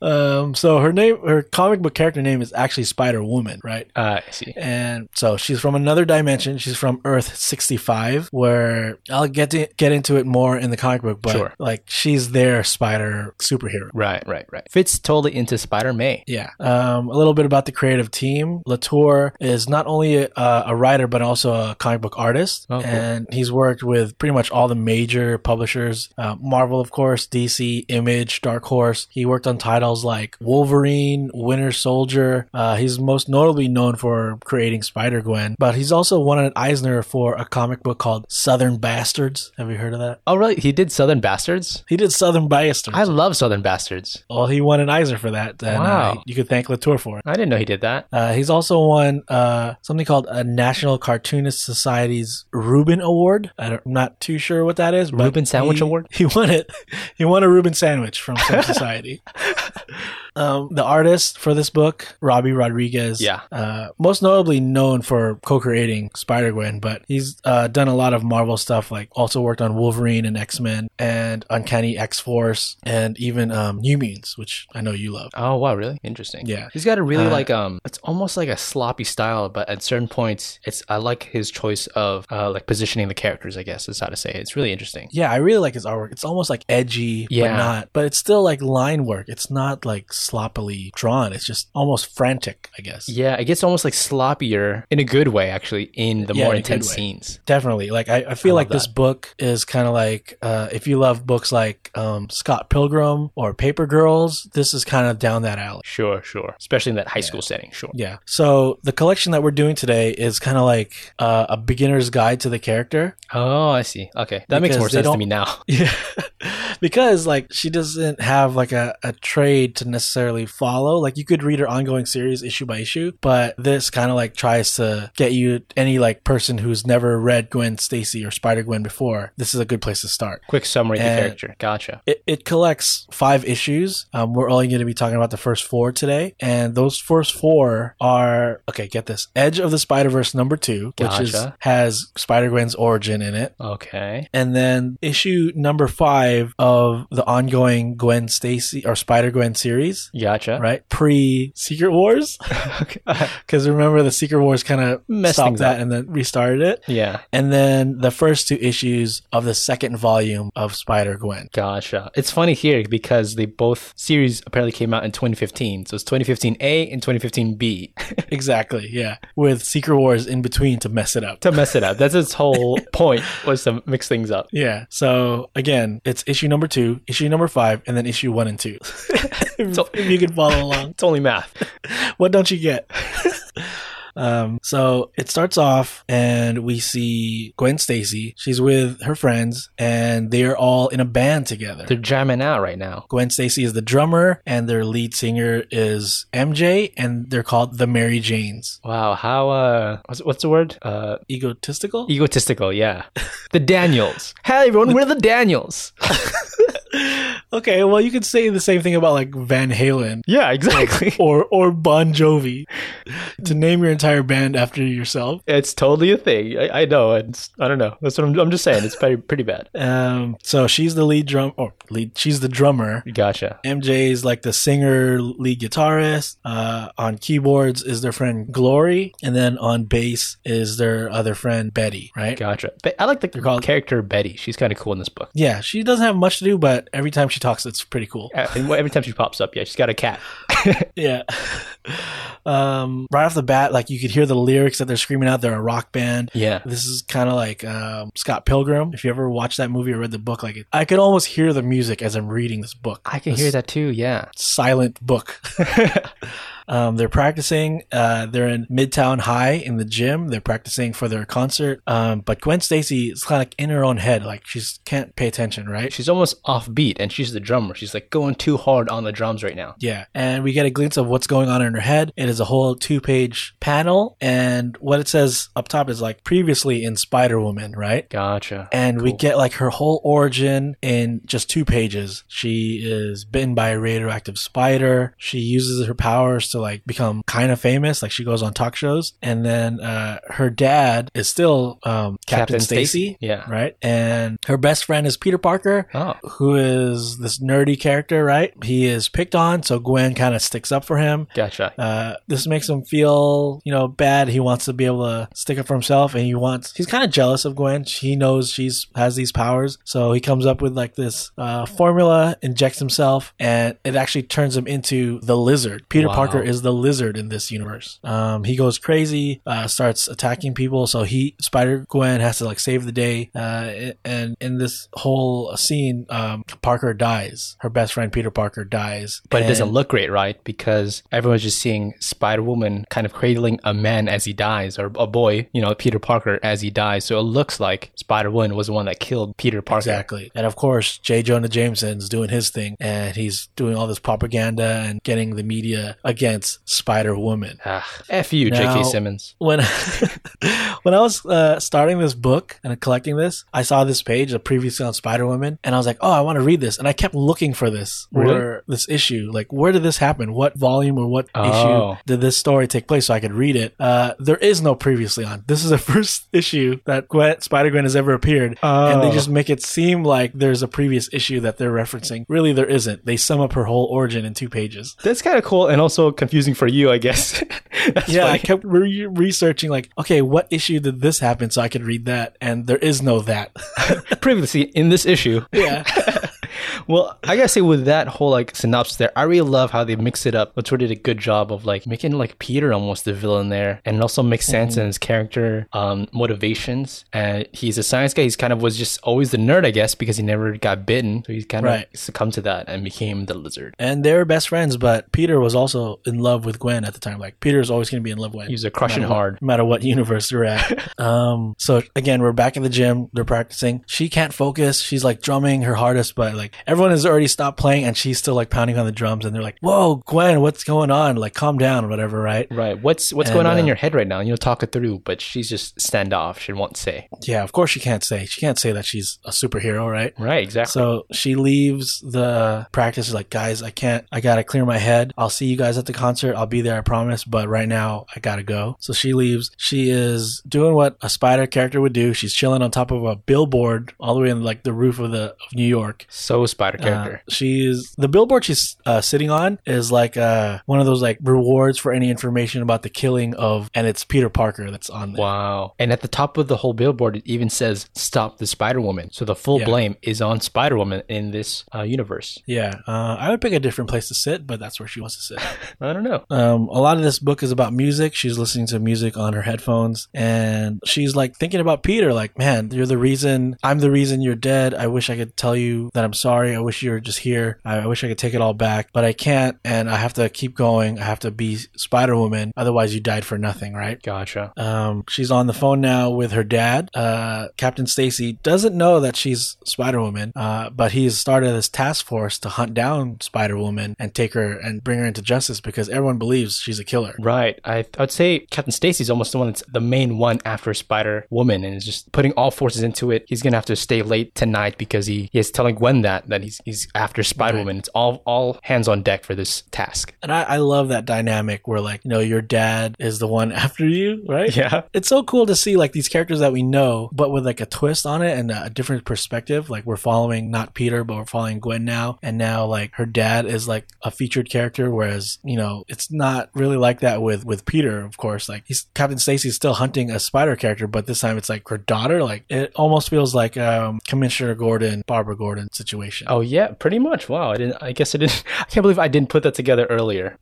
[SPEAKER 1] Um, so her name, her comic book character name is actually Spider Woman, right?
[SPEAKER 2] Uh, I see.
[SPEAKER 1] And so she's from another dimension. She's from Earth 65, where I'll get to get into it more in the comic book, but
[SPEAKER 2] Sure.
[SPEAKER 1] like she's their spider superhero.
[SPEAKER 2] Right, right, right. Fits totally into Spider May.
[SPEAKER 1] Yeah. Um, a little bit about the creative team. Latour is not only a, a writer, but also a comic book artist.
[SPEAKER 2] Oh, cool.
[SPEAKER 1] And he's worked with pretty much all the major publishers uh, Marvel, of course, DC, Image, Dark Horse. He worked on titles like Wolverine, Winter Soldier. Uh, he's most notably known for creating Spider Gwen, but he's also won an Eisner for a comic book called Southern Bastards. Have you heard of that?
[SPEAKER 2] Oh, really? He did Southern Bastards?
[SPEAKER 1] He did Southern Bastards.
[SPEAKER 2] I love Southern Bastards.
[SPEAKER 1] well, he won an Eisner for that. And,
[SPEAKER 2] Wow.
[SPEAKER 1] uh, you could thank Latour for it.
[SPEAKER 2] I didn't know he did that.
[SPEAKER 1] Uh, he's also won uh, something called a National Cartoonist Society's Reuben Award. I don't, I'm not too sure what that is. but
[SPEAKER 2] Reuben Sandwich
[SPEAKER 1] he-
[SPEAKER 2] Award?
[SPEAKER 1] He won it. He won a Reuben sandwich from some society. Um, the artist for this book, Robbie Rodriguez,
[SPEAKER 2] Yeah.
[SPEAKER 1] uh, most notably known for co-creating Spider Gwen, but he's uh, done a lot of Marvel stuff. Like also worked on Wolverine and X Men and Uncanny X Force and even um, New Mutants, which I know you love.
[SPEAKER 2] Oh, wow, really? Interesting.
[SPEAKER 1] Yeah.
[SPEAKER 2] He's got a really
[SPEAKER 1] Uh,
[SPEAKER 2] like um it's almost like a sloppy style, but at certain points it's I like his choice of uh like positioning the characters, I guess is how to say it. It's really interesting.
[SPEAKER 1] Yeah, I really like his artwork. It's almost like edgy,
[SPEAKER 2] Yeah.
[SPEAKER 1] but not. But it's still like line work. It's not like sloppily drawn. It's just almost frantic, I guess.
[SPEAKER 2] Yeah, it gets almost like sloppier in a good way, actually, in the
[SPEAKER 1] Yeah,
[SPEAKER 2] more
[SPEAKER 1] in a
[SPEAKER 2] intense
[SPEAKER 1] good way.
[SPEAKER 2] scenes.
[SPEAKER 1] Definitely. Like I, I feel
[SPEAKER 2] I love
[SPEAKER 1] like this
[SPEAKER 2] that.
[SPEAKER 1] book is kind of like uh, if you love books like um, Scott Pilgrim or Paper Girls, this is kind of down that alley.
[SPEAKER 2] Sure, sure. Especially in that high school setting, sure.
[SPEAKER 1] Yeah. So the collection that we're doing today is kind of like uh, a beginner's guide to the character.
[SPEAKER 2] Oh, I see. Okay. That makes
[SPEAKER 1] Because
[SPEAKER 2] more
[SPEAKER 1] they
[SPEAKER 2] sense to
[SPEAKER 1] don't-
[SPEAKER 2] me now.
[SPEAKER 1] Yeah. because like she doesn't have like a, a trade to necessarily follow. Like you could read her ongoing series issue by issue, but this kind of like tries to get you any like person who's never read Gwen Stacy or Spider Gwen before. This is a good place to start.
[SPEAKER 2] Quick summary of the
[SPEAKER 1] And-
[SPEAKER 2] character. Gotcha.
[SPEAKER 1] It, it collects five issues. Um, we're only going to be talking about the first four today. And those first four are, okay, get this Edge of the Spider Verse number two, which is,
[SPEAKER 2] Gotcha.
[SPEAKER 1] has Spider Gwen's origin in it.
[SPEAKER 2] Okay.
[SPEAKER 1] And then issue number five of the ongoing Gwen Stacy or Spider Gwen series,
[SPEAKER 2] Gotcha.
[SPEAKER 1] right? Pre Secret Wars.
[SPEAKER 2] Okay.
[SPEAKER 1] Because remember, the Secret Wars kind of
[SPEAKER 2] Messed
[SPEAKER 1] stopped
[SPEAKER 2] things
[SPEAKER 1] that
[SPEAKER 2] up.
[SPEAKER 1] and then restarted it.
[SPEAKER 2] yeah.
[SPEAKER 1] And then the first two issues of the second volume of Spider Gwen.
[SPEAKER 2] Gotcha. It's funny here because they both series apparently came out in 2015. So it's 2015A and 2015B.
[SPEAKER 1] Exactly, yeah. With Secret Wars in between to mess it up.
[SPEAKER 2] to mess it up. That's its whole point was to mix things up.
[SPEAKER 1] Yeah. So again, it's issue number two, issue number five, and then issue one and two. if,
[SPEAKER 2] So-
[SPEAKER 1] if you can follow along,
[SPEAKER 2] It's only math.
[SPEAKER 1] what don't you get? um, so it starts off, and we see Gwen Stacy. She's with her friends, and they are all in a band together.
[SPEAKER 2] They're jamming out right now.
[SPEAKER 1] Gwen Stacy is the drummer, and their lead singer is MJ, and they're called the Mary Janes.
[SPEAKER 2] Wow. How, uh, what's, what's the word? Uh,
[SPEAKER 1] Egotistical?
[SPEAKER 2] egotistical. Yeah. The Daniels. Hey, everyone, we're the Daniels.
[SPEAKER 1] okay, well, you could say the same thing about like Van Halen.
[SPEAKER 2] Yeah, exactly.
[SPEAKER 1] or or Bon Jovi to name your entire band after yourself.
[SPEAKER 2] It's totally a thing. I, I know. It's, I don't know. That's what I'm, I'm just saying. It's pretty, pretty bad.
[SPEAKER 1] Um, so she's the lead drum or lead. She's the drummer.
[SPEAKER 2] Gotcha.
[SPEAKER 1] MJ is like the singer, lead guitarist. Uh, on keyboards is their friend Glory, and then on bass is their other friend Betty. Right?
[SPEAKER 2] Gotcha. But I like the
[SPEAKER 1] called-
[SPEAKER 2] character Betty. She's kind of cool in this book.
[SPEAKER 1] Yeah, she doesn't have much to do, but every time she talks, it's pretty cool.
[SPEAKER 2] Uh, and every time she pops up, yeah, she's got a cat.
[SPEAKER 1] Yeah. um, right off the bat, like you could hear the lyrics that they're screaming out. They're a rock band.
[SPEAKER 2] Yeah.
[SPEAKER 1] This is kind of like um, Scott Pilgrim. If you ever watched that movie or read the book, like it, I could almost hear the music as I'm reading this book.
[SPEAKER 2] I can
[SPEAKER 1] This
[SPEAKER 2] hear that too. Yeah.
[SPEAKER 1] Silent book. um, they're practicing. Uh, they're in Midtown High in the gym. They're practicing for their concert. Um, but Gwen Stacy is kind of like in her own head. Like she's can't pay attention, right?
[SPEAKER 2] She's almost offbeat and she's the drummer. She's like going too hard on the drums right now.
[SPEAKER 1] Yeah. And we get a glimpse of what's going on in her head. It is a whole two page panel. And what it says up top is like previously in Spider Woman, right?
[SPEAKER 2] Gotcha.
[SPEAKER 1] and we
[SPEAKER 2] Cool.
[SPEAKER 1] get like her whole origin in just two pages. She is bitten by a radioactive spider. She uses her powers to like become kind of famous. Like she goes on talk shows, and then uh, her dad is still um, Captain, Stacy,
[SPEAKER 2] Yeah.
[SPEAKER 1] right? And her best friend is Peter Parker.
[SPEAKER 2] Oh.
[SPEAKER 1] Who is this nerdy character, right? He is picked on, so Gwen kind of sticks up for him.
[SPEAKER 2] Gotcha.
[SPEAKER 1] Uh, this makes him feel, you know, bad. He wants to be able to stick up for himself, and he wants. He's kind of jealous of Gwen. He knows she's has these powers, so he comes up with like this uh, formula, injects himself, and it actually turns him into the lizard. Peter
[SPEAKER 2] Wow.
[SPEAKER 1] Parker is the lizard in this universe. Um, he goes crazy, uh, starts attacking people. So he Spider Gwen has to like save the day, uh, and in this whole scene, um, Parker dies. Her best friend Peter Parker dies,
[SPEAKER 2] But it
[SPEAKER 1] And-
[SPEAKER 2] doesn't look great, right? Because everyone's just seeing Spider Woman kind of cradling a man as he dies, or a boy, you know, Peter Parker as he dies. So it looks like Spider Woman was the one that killed Peter Parker.
[SPEAKER 1] Exactly. And of course, J. Jonah Jameson's doing his thing and he's doing all this propaganda and getting the media against Spider Woman.
[SPEAKER 2] Ah, F you,
[SPEAKER 1] Now-
[SPEAKER 2] J.K. Simmons.
[SPEAKER 1] When when I was uh, starting this book and collecting this, I saw this page, the previously on Spider Woman, and I was like, "Oh, I want to read this." And I kept looking for this
[SPEAKER 2] Really?
[SPEAKER 1] or this issue. Like, where did this happen? What volume or what
[SPEAKER 2] Oh.
[SPEAKER 1] issue did this story take place? So I could read it. Uh, there is no previously on. This is the first issue that Gwen, Spider Gwen has ever appeared and they
[SPEAKER 2] Oh.
[SPEAKER 1] just make it seem like there's a previous issue that they're referencing. Really, there isn't. They sum up her whole origin in two pages.
[SPEAKER 2] That's kind of cool and also confusing for you, I guess. That's
[SPEAKER 1] yeah, I
[SPEAKER 2] funny.
[SPEAKER 1] kept re- researching, like, okay, what issue did this happen so I could read that? And there is no that.
[SPEAKER 2] previously in this issue.
[SPEAKER 1] yeah.
[SPEAKER 2] Well, I gotta say, with that whole like synopsis there, I really love how they mix it up. Latour did a good job of like making like Peter almost the villain there, and it also makes sense
[SPEAKER 1] Mm-hmm.
[SPEAKER 2] in his character um, motivations. And he's a science guy. He's kind of was just always the nerd, I guess, because he never got bitten, so he kind of
[SPEAKER 1] Right.
[SPEAKER 2] succumbed to that and became the lizard.
[SPEAKER 1] And they were best friends, but Peter was also in love with Gwen at the time. Like Peter's always going to be in love with
[SPEAKER 2] He's a crushing
[SPEAKER 1] no matter-
[SPEAKER 2] hard.
[SPEAKER 1] no matter what universe you're at. um, so again, we're back in the gym. They're practicing. She can't focus. She's like drumming her hardest, but like everyone has already stopped playing, and she's still like pounding on the drums. And they're like, "Whoa, Gwen, what's going on? Like, calm down, or whatever." Right?
[SPEAKER 2] Right. What's what's
[SPEAKER 1] And,
[SPEAKER 2] going on in
[SPEAKER 1] uh,
[SPEAKER 2] your head right now? You know, talk it through, but she's just standoff. She won't say.
[SPEAKER 1] Yeah. Of course, she can't say she can't say that she's a superhero, right?
[SPEAKER 2] Right. Exactly.
[SPEAKER 1] So she leaves the practice like, guys, I can't, I gotta clear my head. I'll see you guys at the concert. I'll be there, I promise. But right now, I gotta go. So she leaves. She is doing what a spider character would do. She's chilling on top of a billboard all the way in like the roof of the of New York.
[SPEAKER 2] So, spider character.
[SPEAKER 1] Uh, she's the billboard she's uh, sitting on is like uh, one of those like rewards for any information about the killing of, and it's Peter Parker that's on there.
[SPEAKER 2] Wow. And at the top of the whole billboard, it even says, Stop the Spider Woman. So the full
[SPEAKER 1] Yeah.
[SPEAKER 2] blame is on Spider Woman in this uh, universe.
[SPEAKER 1] Yeah, uh, I would pick a different place to sit, but that's where she wants to sit.
[SPEAKER 2] I don't know.
[SPEAKER 1] Um, a lot of this book is about music. She's listening to music on her headphones and she's like thinking about Peter, like, man, you're the reason, I'm the reason you're dead. I wish I could tell you that I'm sorry. I wish you were just here. I, I wish I could take it all back, but I can't. And I have to keep going. I have to be Spider Woman. Otherwise, you died for nothing, right?
[SPEAKER 2] Gotcha.
[SPEAKER 1] Um, she's on the phone now with her dad. Uh, Captain Stacy doesn't know that she's Spider Woman, uh, but he's started this task force to hunt down Spider Woman and take her and bring her into justice because everyone believes she's a killer.
[SPEAKER 2] Right. I, I'd say Captain Stacy's almost the one that's the main one after Spider Woman and is just putting all forces into it. He's going to have to stay late tonight because he, he is telling Gwen that, that he's, he's after Spider Woman. It's all, all hands on deck for this task.
[SPEAKER 1] And I, I love that dynamic where, like, you know, your dad is the one after you, right?
[SPEAKER 2] Yeah.
[SPEAKER 1] It's so cool to see like these characters that we know, but with like a twist on it and a different perspective. Like we're following not Peter, but we're following Gwen now, and now like her dad is like a featured character, whereas you know it's not really like that with with Peter. Of course, like he's Captain Stacy's still hunting a spider character, but this time it's like her daughter. Like it almost feels like um Commissioner Gordon, Barbara Gordon situation.
[SPEAKER 2] Oh, yeah. Pretty much. Wow. I, didn't, I guess I didn't. I can't believe I didn't put that together earlier.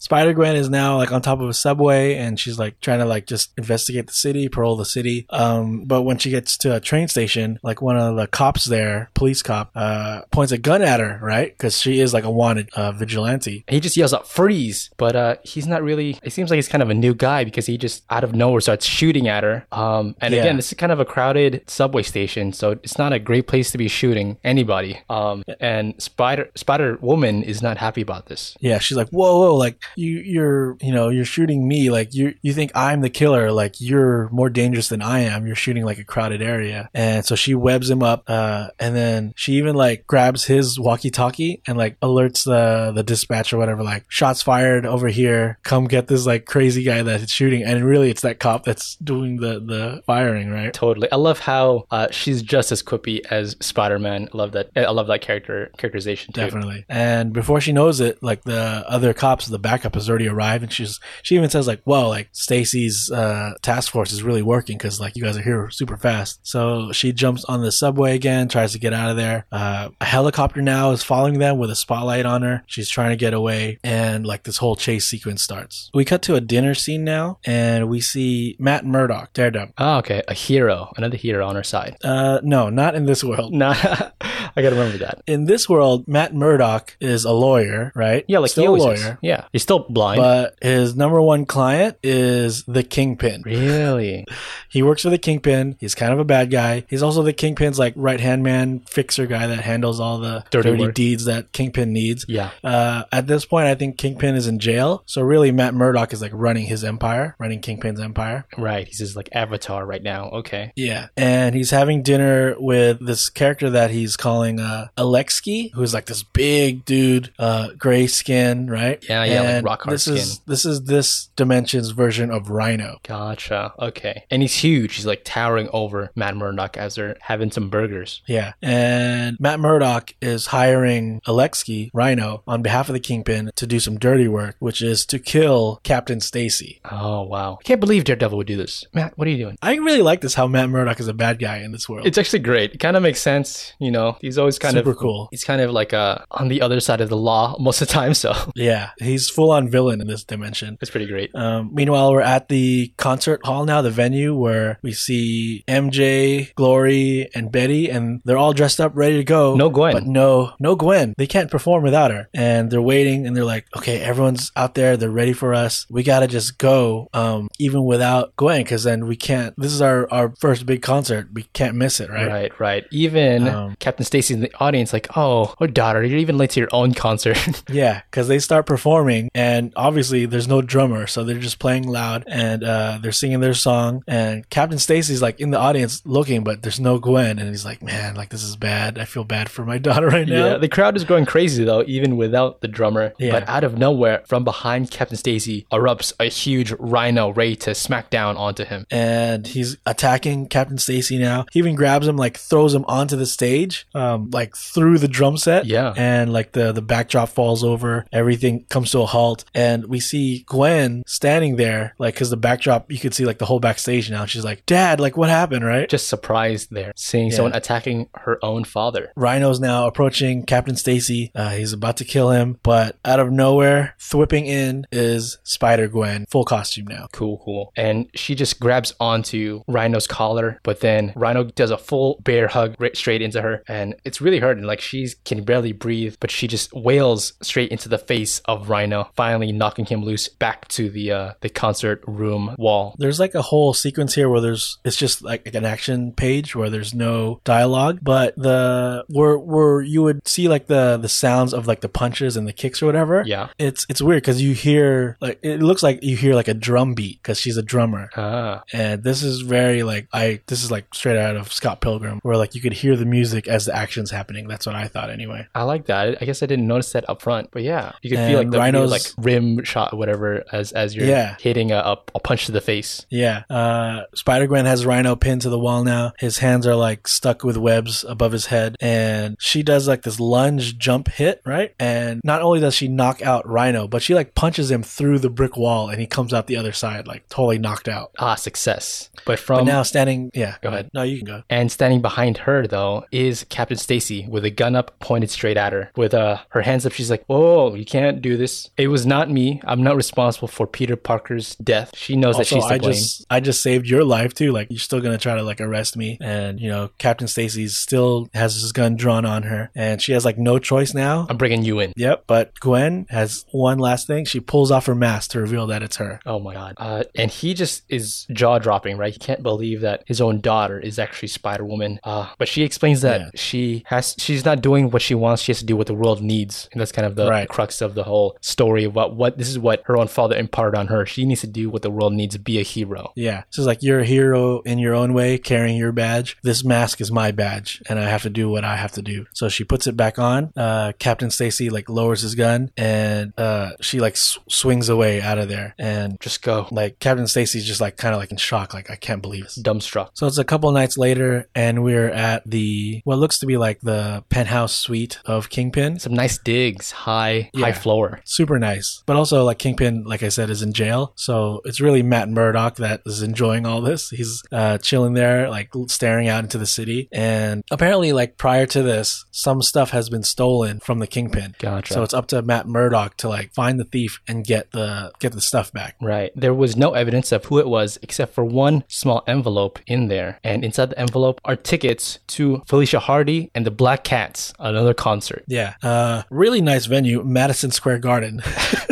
[SPEAKER 1] Spider Gwen is now like on top of a subway and she's like trying to like just investigate the city, parole the city. Um, but when she gets to a train station, like one of the cops there, police cop, uh, points a gun at her, right? Because she is like a wanted uh, vigilante.
[SPEAKER 2] he just yells out freeze but uh he's not really it seems like he's kind of a new guy because he just out of nowhere starts shooting at her um and
[SPEAKER 1] Yeah.
[SPEAKER 2] again this is kind of a crowded subway station so it's not a great place to be shooting anybody um and spider spider woman is not happy about this
[SPEAKER 1] Yeah, she's like, whoa, whoa, like you, you're, you know, you're shooting me. Like you, you think I'm the killer. Like you're more dangerous than I am. You're shooting like a crowded area. And so she webs him up. Uh, and then she even like grabs his walkie talkie and like alerts the, the dispatch or whatever, like shots fired over here. Come get this like crazy guy that's shooting. And really it's that cop that's doing the, the firing, right?
[SPEAKER 2] totally i love how uh she's just as quippy as spider-man I love that i love that character characterization too
[SPEAKER 1] Definitely. And before she knows it, like the other cops, the backup has already arrived, and she's she even says like, "Whoa, like Stacy's uh, task force is really working because like you guys are here super fast." So she jumps on the subway again, tries to get out of there. Uh, a helicopter now is following them with a spotlight on her. She's trying to get away, and like this whole chase sequence starts. We cut to a dinner scene now, and we see Matt Murdock, Daredevil.
[SPEAKER 2] oh okay a hero another hero on her side
[SPEAKER 1] Uh, no, not in this world.
[SPEAKER 2] nah i gotta remember that
[SPEAKER 1] In this world, Matt Murdock is a lawyer, right?
[SPEAKER 2] yeah like
[SPEAKER 1] Still
[SPEAKER 2] he
[SPEAKER 1] a
[SPEAKER 2] always
[SPEAKER 1] lawyer.
[SPEAKER 2] is. yeah he's still blind
[SPEAKER 1] but his number one client is the kingpin.
[SPEAKER 2] really
[SPEAKER 1] He works for the kingpin. He's kind of a bad guy. He's also the kingpin's like right hand man, fixer guy that handles all the
[SPEAKER 2] Dirty
[SPEAKER 1] dirty,
[SPEAKER 2] work.
[SPEAKER 1] deeds that kingpin needs.
[SPEAKER 2] yeah
[SPEAKER 1] Uh, at this point, I think Kingpin is in jail. So really, Matt Murdock is like running his empire, running Kingpin's empire.
[SPEAKER 2] Right. He's his like avatar right now. Okay.
[SPEAKER 1] Yeah, and he's having dinner with this character that he's calling uh, Alexki, who's like this big dude, uh, gray skin, right?
[SPEAKER 2] Yeah, yeah, like
[SPEAKER 1] And
[SPEAKER 2] rock hard
[SPEAKER 1] this Is, this is this dimension's version of Rhino.
[SPEAKER 2] Gotcha. Okay. And he's huge. He's like towering over Matt Murdock as they're having some burgers.
[SPEAKER 1] Yeah. And Matt Murdock is hiring Alexki, Rhino, on behalf of the Kingpin to do some dirty work, which is to kill Captain Stacy.
[SPEAKER 2] Oh wow. I can't believe Daredevil would do this. Matt, what are you doing?
[SPEAKER 1] I really like this how Matt Murdock is a bad guy in this world.
[SPEAKER 2] It's actually great. It kind of makes sense, you know. He's he's always kind
[SPEAKER 1] Super
[SPEAKER 2] of
[SPEAKER 1] cool.
[SPEAKER 2] He's kind of like uh, on the other side of the law most of the time, so
[SPEAKER 1] Yeah, he's full on villain in this dimension.
[SPEAKER 2] it's pretty great.
[SPEAKER 1] Um, meanwhile, we're at the concert hall now, the venue where we see MJ, Glory, and Betty, and they're all dressed up, ready to go.
[SPEAKER 2] No Gwen.
[SPEAKER 1] But no, no Gwen. They can't perform without her. And they're waiting and they're like, okay, everyone's out there. They're ready for us. We got to just go, um, even without Gwen, because then we can't. This is our, our first big concert. We can't miss it, right?
[SPEAKER 2] Right, right. Even
[SPEAKER 1] Um,
[SPEAKER 2] Captain Stacy in the audience, like, oh, oh, daughter, you're even late to your own concert.
[SPEAKER 1] Yeah, because they start performing, and obviously there's no drummer, so they're just playing loud and uh, they're singing their song. And Captain Stacy's like in the audience looking, but there's no Gwen, and he's like, "Man, like this is bad. I feel bad for my daughter right now."
[SPEAKER 2] Yeah, the crowd is going crazy though, even without the drummer.
[SPEAKER 1] Yeah.
[SPEAKER 2] But out of nowhere, from behind Captain Stacy erupts a huge rhino ready to smack down onto him.
[SPEAKER 1] and he's attacking Captain Stacy now. He even grabs him, like throws him onto the stage, um, like through the drum set.
[SPEAKER 2] Yeah.
[SPEAKER 1] And like the the backdrop falls over, everything comes to a halt, and we see Gwen standing there, like because the backdrop you could see like the whole backstage now. She's like, "Dad, like what happened?" Right.
[SPEAKER 2] Just surprised there, seeing
[SPEAKER 1] Yeah.
[SPEAKER 2] someone attacking her own father.
[SPEAKER 1] Rhino's now approaching Captain Stacy. Uh, he's about to kill him, but out of nowhere, thwipping in is Spider Gwen, full costume now.
[SPEAKER 2] Cool, cool. And she just grabs onto Rhino's collar, but then Rhino does a full bear hug right straight into her, and it's really hurting. Like she can barely breathe, but she just wails straight into the face of Rhino, finally knocking him loose back to the uh, the concert room wall.
[SPEAKER 1] there's like a whole sequence here where there's it's just like an action page where there's no dialogue but the where where you would see like the the sounds of like the punches and the kicks or whatever
[SPEAKER 2] Yeah.
[SPEAKER 1] it's it's weird because you hear like it looks like you hear like a drum beat because she's a drummer
[SPEAKER 2] Ah,
[SPEAKER 1] and this is very like i this is like straight out of scott pilgrim where like you could hear the music as the action's happening that's what i thought anyway
[SPEAKER 2] I like that. I guess I didn't notice that up front, but yeah, you can
[SPEAKER 1] And
[SPEAKER 2] feel like the
[SPEAKER 1] Rhino's-
[SPEAKER 2] like rim shot, or whatever, as as you're
[SPEAKER 1] Yeah.
[SPEAKER 2] hitting a, a, a punch to the face.
[SPEAKER 1] Yeah. Uh, Spider Gwen has Rhino pinned to the wall now. His hands are like stuck with webs above his head. And she does like this lunge jump hit, right? And not only does she knock out Rhino, but she like punches him through the brick wall and he comes out the other side, like totally knocked out.
[SPEAKER 2] Ah, success. But
[SPEAKER 1] But
[SPEAKER 2] from
[SPEAKER 1] now standing, yeah.
[SPEAKER 2] Um, Go ahead.
[SPEAKER 1] No, you can go.
[SPEAKER 2] And standing behind her, though, is Captain Stacy with a gun up pointed straight at her. With uh, her hands up, she's like, Whoa, you can't do this. It was not me. I'm not responsible for Peter Parker's death. She knows that
[SPEAKER 1] Also,
[SPEAKER 2] she's to
[SPEAKER 1] I
[SPEAKER 2] blame.
[SPEAKER 1] just I just saved your life too. Like you're still gonna try to like arrest me, and you know Captain Stacy still has his gun drawn on her, and she has like no choice now.
[SPEAKER 2] I'm bringing you in.
[SPEAKER 1] Yep, but Gwen has one last thing. She pulls off her mask to reveal that it's her.
[SPEAKER 2] Oh my God. Uh, and he just is jaw dropping, right? He can't believe that his own daughter is actually Spider Woman. Uh, but she explains that
[SPEAKER 1] Yeah.
[SPEAKER 2] she has, she's not doing what she wants. She has to do what the world needs. And that's kind of the
[SPEAKER 1] Right.
[SPEAKER 2] crux of the whole story of what, what this is what her own father imparted on her. She needs to do what the world needs, be a hero.
[SPEAKER 1] Yeah. So it's like you're a hero in your own way, carrying your badge. This mask is my badge, and I have to do what I have to do. So she puts it back on. Uh, Captain Stacy like lowers his gun, and uh, she like sw- swings away out of there. And
[SPEAKER 2] Just go.
[SPEAKER 1] like Captain Stacy's just like kind of like in shock, like I can't believe this.
[SPEAKER 2] dumbstruck.
[SPEAKER 1] So it's a couple nights later, and we're at the what looks to be like the penthouse suite of Kingpin.
[SPEAKER 2] Some nice digs, high
[SPEAKER 1] Yeah.
[SPEAKER 2] high floor.
[SPEAKER 1] super nice. But also, like Kingpin, like I said, is in jail, so it's really Matt Murdock that is enjoying all this. He's uh, chilling there, like staring out into the city. And apparently, like prior to this, some stuff has been stolen from the Kingpin.
[SPEAKER 2] Gotcha.
[SPEAKER 1] So it's up to Matt Murdock to like find the thief and get the get the stuff back.
[SPEAKER 2] Right. There was no evidence of who it was except for one small envelope in there. And inside the envelope are tickets to Felicia Hardy and the Black Cats, another concert.
[SPEAKER 1] Yeah, uh, really nice venue, Madison Square Garden.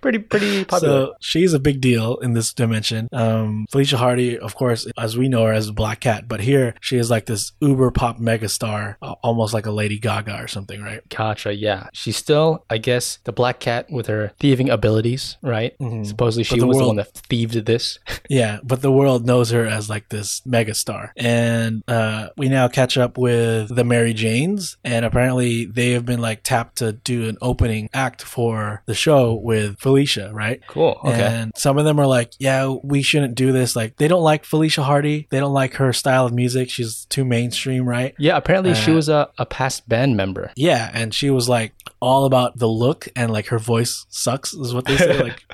[SPEAKER 2] Pretty pretty popular.
[SPEAKER 1] So she's a big deal in this dimension. Um, Felicia Hardy, of course, as we know her as Black Cat, but here she is like this uber pop megastar, a- almost like a Lady Gaga or something, right?
[SPEAKER 2] Gotcha, yeah. She's still, I guess, the black cat with her thieving abilities, right? Supposedly she
[SPEAKER 1] the
[SPEAKER 2] was Mm-hmm. the
[SPEAKER 1] world-
[SPEAKER 2] one that thieved this.
[SPEAKER 1] Yeah, but the world knows her as like this megastar. And uh, we now catch up with the Mary Janes, and apparently they have been like tapped to do an opening act for the show with Felicia, right?
[SPEAKER 2] Cool. Okay.
[SPEAKER 1] And some of them are like, yeah, we shouldn't do this. Like, they don't like Felicia Hardy. They don't like her style of music. She's too mainstream, right?
[SPEAKER 2] yeah. Apparently, she
[SPEAKER 1] uh,
[SPEAKER 2] was a, a past band member.
[SPEAKER 1] Yeah. And she was like all about the look and like her voice sucks, is what they say. Like,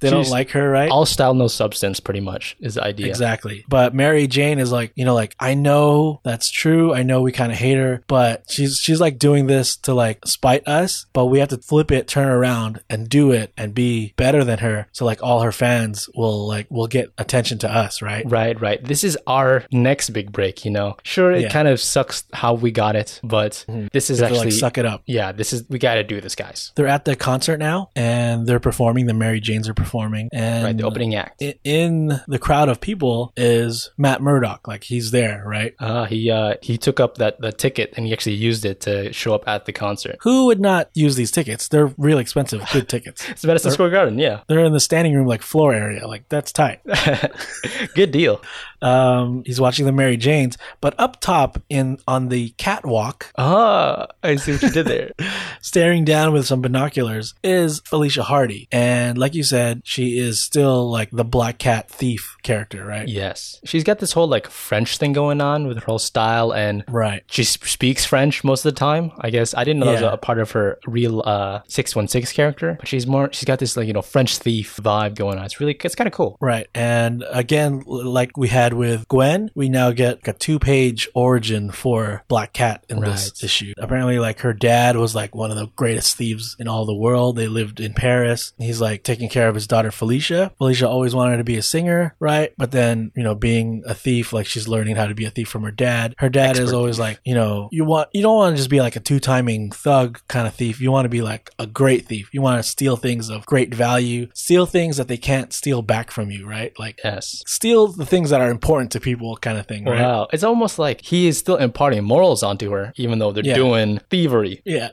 [SPEAKER 1] they don't
[SPEAKER 2] She's-
[SPEAKER 1] like her, right?
[SPEAKER 2] All style, no substance. Pretty much is the idea.
[SPEAKER 1] Exactly. But Mary Jane is like, you know, like I know that's true. I know we kind of hate her, but she's she's like doing this to like spite us, but we have to flip it, turn around and do it and be better than her so like all her fans will like will get attention to us, right?
[SPEAKER 2] Right, right. This is our next big break, you know. Sure, it
[SPEAKER 1] Yeah.
[SPEAKER 2] kind of sucks how we got it, but this is
[SPEAKER 1] They're
[SPEAKER 2] actually
[SPEAKER 1] like suck it up.
[SPEAKER 2] yeah, this is we got to do this, guys.
[SPEAKER 1] They're at the concert now and they're performing, the Mary Janes are performing and uh,
[SPEAKER 2] right, the opening act.
[SPEAKER 1] i- in the crowd of people is Matt Murdock, like he's there, right?
[SPEAKER 2] uh, he uh, he took up that the ticket and he actually used it to show up at the concert.
[SPEAKER 1] Who would not use these tickets? They're real expensive, good tickets.
[SPEAKER 2] It's Madison Square Garden, yeah.
[SPEAKER 1] They're in the standing room, like floor area. Like that's tight.
[SPEAKER 2] Good deal.
[SPEAKER 1] Um, he's watching the Mary Janes, but up top in on the catwalk,
[SPEAKER 2] Ah, I see what you did there.
[SPEAKER 1] staring down with some binoculars, is Felicia Hardy, and like you said, she is still like the black cat thief character, right?
[SPEAKER 2] yes. She's got this whole like French thing going on with her whole style and
[SPEAKER 1] Right.
[SPEAKER 2] she sp- speaks French most of the time. I guess I didn't know that
[SPEAKER 1] Yeah.
[SPEAKER 2] was a part of her real uh, six one six character, but she's more. She's got this like you know French thief vibe going on. It's really it's kind of cool.
[SPEAKER 1] Right. And again, l- like we had with Gwen, we now get like a two page origin for Black Cat in
[SPEAKER 2] Right.
[SPEAKER 1] this issue. Apparently, like her dad was like one of the greatest thieves in all the world. They lived in Paris. He's like taking care of his daughter, Felicia. Felicia always wanted to be a singer, right? But then, you know, being a thief, like she's learning how to be a thief from her dad. Her dad is
[SPEAKER 2] Expert
[SPEAKER 1] always like, you know, you want, you don't want to just be like a two timing thug kind of thief. You want to be like a great thief. You want to steal things of great value, steal things that they can't steal back from you, right? Like,
[SPEAKER 2] Yes.
[SPEAKER 1] steal the things that are important to people kind of thing, right?
[SPEAKER 2] Wow. It's almost like he is still imparting morals onto her, even though they're
[SPEAKER 1] Yeah.
[SPEAKER 2] doing thievery.
[SPEAKER 1] Yeah.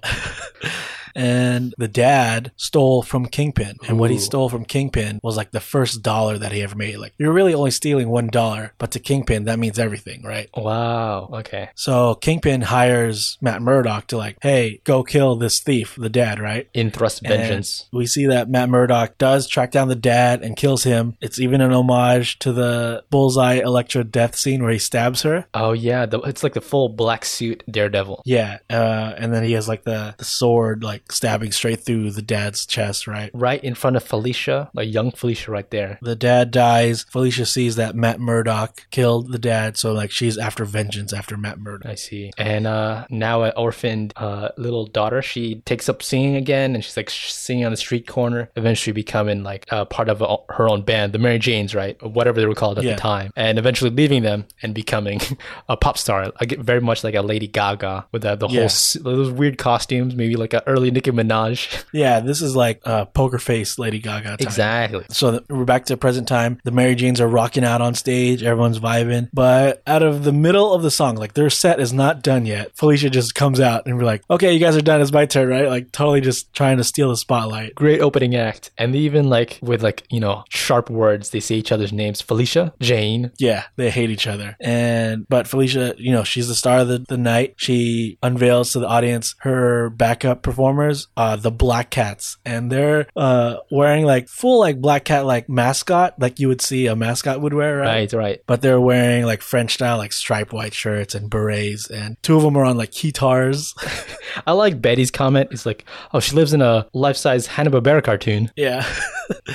[SPEAKER 1] and the dad stole from Kingpin. And what he
[SPEAKER 2] Ooh.
[SPEAKER 1] stole from Kingpin was like the first dollar that he ever made. Like, you're really only stealing one dollar, but to Kingpin, that means everything, right?
[SPEAKER 2] Wow. Okay.
[SPEAKER 1] So Kingpin hires Matt Murdock to like, hey, go kill this thief, the dad, right?
[SPEAKER 2] In thrust
[SPEAKER 1] And
[SPEAKER 2] vengeance.
[SPEAKER 1] we see that Matt Murdock does track down the dad and kills him. It's even an homage to the Bullseye Electra death scene where he stabs her.
[SPEAKER 2] oh yeah. The, it's like the full black suit daredevil.
[SPEAKER 1] Yeah, uh, and then he has like the, the sword like stabbing straight through the dad's chest, right?
[SPEAKER 2] Right in front of Felicia, like young Felicia, right there.
[SPEAKER 1] The dad dies. Felicia sees that Matt Murdock killed the dad, so like she's after vengeance after Matt Murdock.
[SPEAKER 2] I see. And uh, now an orphaned uh, little daughter, she takes up singing again, and she's like sh- singing on the street corner. Eventually, becoming like uh, part of a, her own band, the Mary Janes, right, Or whatever they were called at
[SPEAKER 1] Yeah.
[SPEAKER 2] the time. And eventually, leaving them and becoming a pop star, like, very much like a Lady Gaga with the, the whole
[SPEAKER 1] Yeah.
[SPEAKER 2] s- those weird costumes, maybe like an early Nicki Minaj.
[SPEAKER 1] Yeah, this is like uh, poker face Lady Gaga. Time.
[SPEAKER 2] exactly.
[SPEAKER 1] So th- we're back to present time. The Mary Janes are rocking out on stage. Everyone's vibing. But out of the middle of the song, like their set is not done yet. Felicia just comes out and we're like, okay, you guys are done. It's my turn, right? Like totally just trying to steal the spotlight.
[SPEAKER 2] Great opening act, and they even like with like you know sharp words, they say each other's names: Felicia, Jane.
[SPEAKER 1] Yeah, they hate each other. And but Felicia, you know, she's the star of the, the night. She unveils to the audience her backup performers, uh, the Black Cats, and they're uh wearing like full like Black Cat like mascot, like you would see a mascot would wear, right?
[SPEAKER 2] Right, right.
[SPEAKER 1] But they're wearing like French style, like striped white shirts and berets, and two of them are on like guitars.
[SPEAKER 2] I like Betty's comment. It's like, oh, she lives in a life-size Hanna-Barbera cartoon.
[SPEAKER 1] Yeah.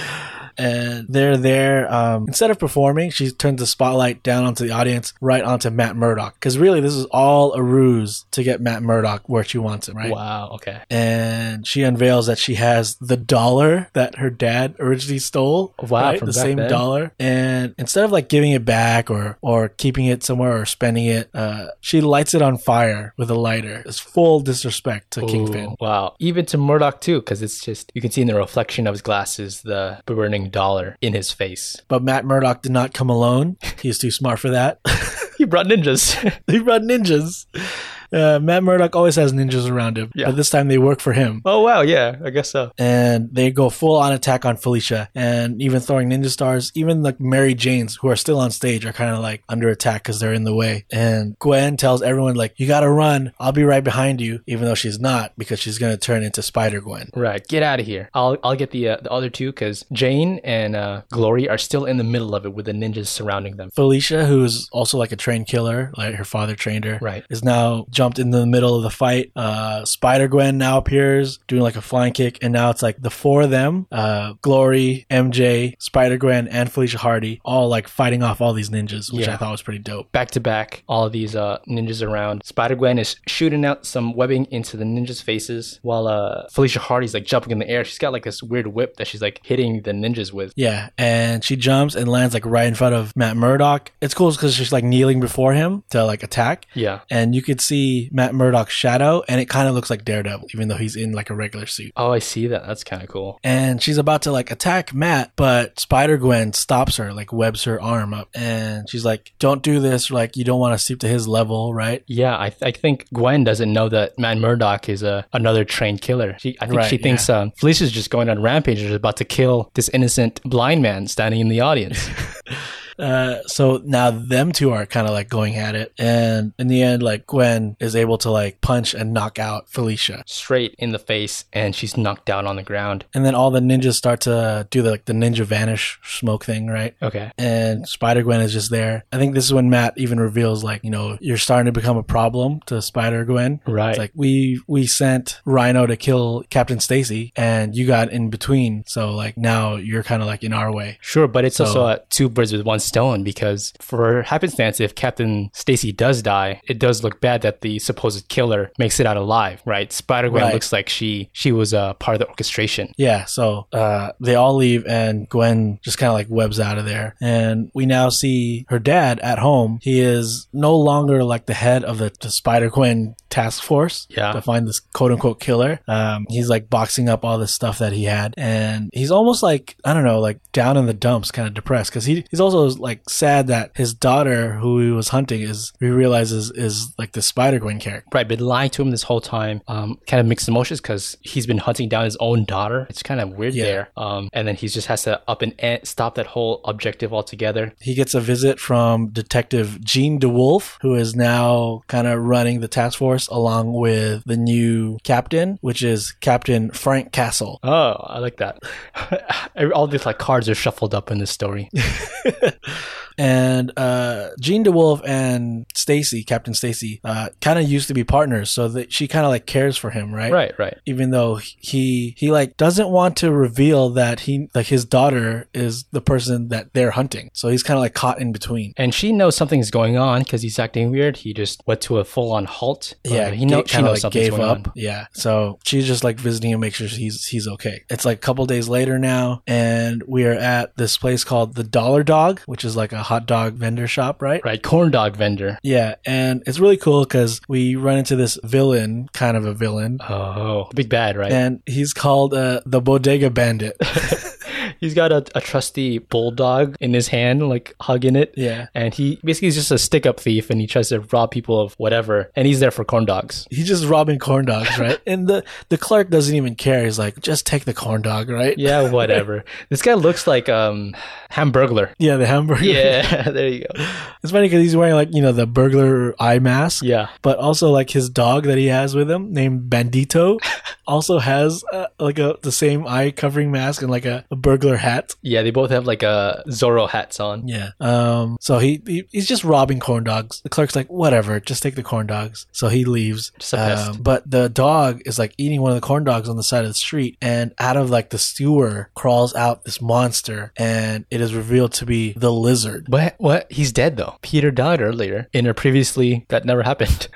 [SPEAKER 1] and they're there. Um, instead of performing, she turns the spotlight down onto the audience, right onto Matt Murdock. Because really, this is all a ruse to get Matt Murdock where she wants him, right?
[SPEAKER 2] Wow. Okay.
[SPEAKER 1] And she unveils that she has the dollar that her dad originally stole.
[SPEAKER 2] Wow, from
[SPEAKER 1] the
[SPEAKER 2] back
[SPEAKER 1] same
[SPEAKER 2] then?
[SPEAKER 1] dollar. And instead of like giving it back or or keeping it somewhere or spending it, uh, she lights it on fire with a lighter. It's full disrespect to Kingpin.
[SPEAKER 2] Ooh, wow. Even to Murdoch too, because it's just you can see in the reflection of his glasses the burning dollar in his face.
[SPEAKER 1] But Matt Murdock did not come alone. He's too smart for that.
[SPEAKER 2] He brought ninjas.
[SPEAKER 1] he brought ninjas. Uh, Matt Murdock always has ninjas around him,
[SPEAKER 2] Yeah.
[SPEAKER 1] but this time they work for him.
[SPEAKER 2] Oh wow, yeah, I guess so.
[SPEAKER 1] And they go full on attack on Felicia, and even throwing ninja stars. Even like Mary Jane's, who are still on stage, are kind of like under attack because they're in the way. And Gwen tells everyone like, "You gotta run. I'll be right behind you," even though she's not because she's gonna turn into Spider Gwen.
[SPEAKER 2] Right, get out of here. I'll I'll get the uh, the other two because Jane and uh, Glory are still in the middle of it with the ninjas surrounding them.
[SPEAKER 1] Felicia, who's also like a trained killer, like her father trained her,
[SPEAKER 2] Right.
[SPEAKER 1] is now jumped into the middle of the fight. Uh, Spider Gwen now appears doing like a flying kick, and now it's like the four of them uh, Glory, MJ, Spider Gwen, and Felicia Hardy all like fighting off all these ninjas, which
[SPEAKER 2] Yeah.
[SPEAKER 1] I thought was pretty dope.
[SPEAKER 2] Back to back, all of these uh, ninjas around. Spider Gwen is shooting out some webbing into the ninjas' faces, while uh, Felicia Hardy's like jumping in the air. She's got like this weird whip that she's like hitting the ninjas with.
[SPEAKER 1] Yeah, and she jumps and lands like right in front of Matt Murdock. It's cool because she's like kneeling before him to like attack.
[SPEAKER 2] Yeah.
[SPEAKER 1] And you could see Matt Murdock's shadow, and it kind of looks like Daredevil, even though he's in like a regular suit.
[SPEAKER 2] Oh, I see that. That's kind of cool.
[SPEAKER 1] and she's about to like attack Matt, but Spider Gwen stops her, like webs her arm up, and she's like, "Don't do this! Like you don't want to stoop to his level, right?"
[SPEAKER 2] Yeah, I, th- I think Gwen doesn't know that Matt Murdock is a another trained killer. She, I think
[SPEAKER 1] Right,
[SPEAKER 2] she thinks um, Felicia's just going on rampage and is about to kill this innocent blind man standing in the audience.
[SPEAKER 1] Uh, so now them two are kind of like going at it, and in the end, like Gwen is able to like punch and knock out Felicia,
[SPEAKER 2] Straight in the face, and she's knocked down on the ground.
[SPEAKER 1] and then all the ninjas start to do the like the ninja vanish smoke thing, right?
[SPEAKER 2] Okay.
[SPEAKER 1] and Spider Gwen is just there. I think this is when Matt even reveals, like, you know, you're starting to become a problem to Spider Gwen.
[SPEAKER 2] Right.
[SPEAKER 1] It's like we we sent Rhino to kill Captain Stacy, and you got in between. So like now you're kind of like in our way.
[SPEAKER 2] Sure, but it's
[SPEAKER 1] So-
[SPEAKER 2] also uh, two birds with one stone because, for happenstance, if Captain Stacy does die, it does look bad that the supposed killer makes it out alive, right? Spider Gwen
[SPEAKER 1] Right.
[SPEAKER 2] looks like she she was uh, part of the orchestration.
[SPEAKER 1] Yeah, so uh, they all leave, and Gwen just kind of like webs out of there. And we now see her dad at home. He is no longer like the head of the, the Spider Gwen task force
[SPEAKER 2] Yeah.
[SPEAKER 1] to find this quote unquote killer. Um, he's like boxing up all this stuff that he had, and he's almost like I don't know, like down in the dumps, kind of depressed because he he's also like sad that his daughter, who he was hunting, is he realizes is like the Spider Gwen character.
[SPEAKER 2] Right, been lying to him this whole time. Um, kind of mixed emotions because he's been hunting down his own daughter. It's kind of weird
[SPEAKER 1] Yeah.
[SPEAKER 2] there. Um, and then he just has to up and end, stop that whole objective altogether.
[SPEAKER 1] He gets a visit from Detective Gene DeWolf, who is now kind of running the task force along with the new captain, which is Captain Frank Castle.
[SPEAKER 2] Oh, I like that. All these like cards are shuffled up in this story.
[SPEAKER 1] And uh, Gene DeWolf and Stacy, Captain Stacy, uh, kind of used to be partners, so that she kind of like cares for him, right?
[SPEAKER 2] right, right.
[SPEAKER 1] Even though he he like doesn't want to reveal that he like his daughter is the person that they're hunting, so he's kind of like caught in between.
[SPEAKER 2] And she knows something's going on because he's acting weird. He just went to a full on halt. Uh, he
[SPEAKER 1] ga-
[SPEAKER 2] know, she
[SPEAKER 1] kinda,
[SPEAKER 2] knows
[SPEAKER 1] like,
[SPEAKER 2] something's going on.
[SPEAKER 1] Yeah, so she's just like visiting and make sure he's he's okay. It's like a couple days later now, and we are at this place called the Dollar Dog, which is like a hot dog vendor shop, right?
[SPEAKER 2] Right, corn dog vendor.
[SPEAKER 1] Yeah, and it's really cool because we run into this villain, kind of a villain,
[SPEAKER 2] Oh, big bad, right?
[SPEAKER 1] and he's called uh, the Bodega Bandit.
[SPEAKER 2] He's got a, a trusty bulldog in his hand, like hugging it.
[SPEAKER 1] yeah.
[SPEAKER 2] And he basically is just a stick up thief and he tries to rob people of whatever. And he's there for corn dogs.
[SPEAKER 1] He's just robbing corn dogs, right? and the, the clerk doesn't even care. He's like, just take the corn dog, right?
[SPEAKER 2] Yeah, whatever. this guy looks like um Hamburglar.
[SPEAKER 1] Yeah, the hamburger.
[SPEAKER 2] Yeah, there you go.
[SPEAKER 1] It's funny because he's wearing like, you know, the burglar eye mask.
[SPEAKER 2] Yeah.
[SPEAKER 1] but also like his dog that he has with him named bandito also has uh, like a the same eye covering mask and like a, a burglar hat
[SPEAKER 2] Yeah, they both have like uh Zorro hats on.
[SPEAKER 1] yeah um so he, he he's just robbing corn dogs the clerk's like whatever just take the corn dogs so he leaves
[SPEAKER 2] Just a pest.
[SPEAKER 1] Um, but the dog is like eating one of the corn dogs on the side of the street and out of like the sewer crawls out this monster and it is revealed to be the lizard
[SPEAKER 2] What? What? He's dead though. Peter died earlier in a previously that never happened.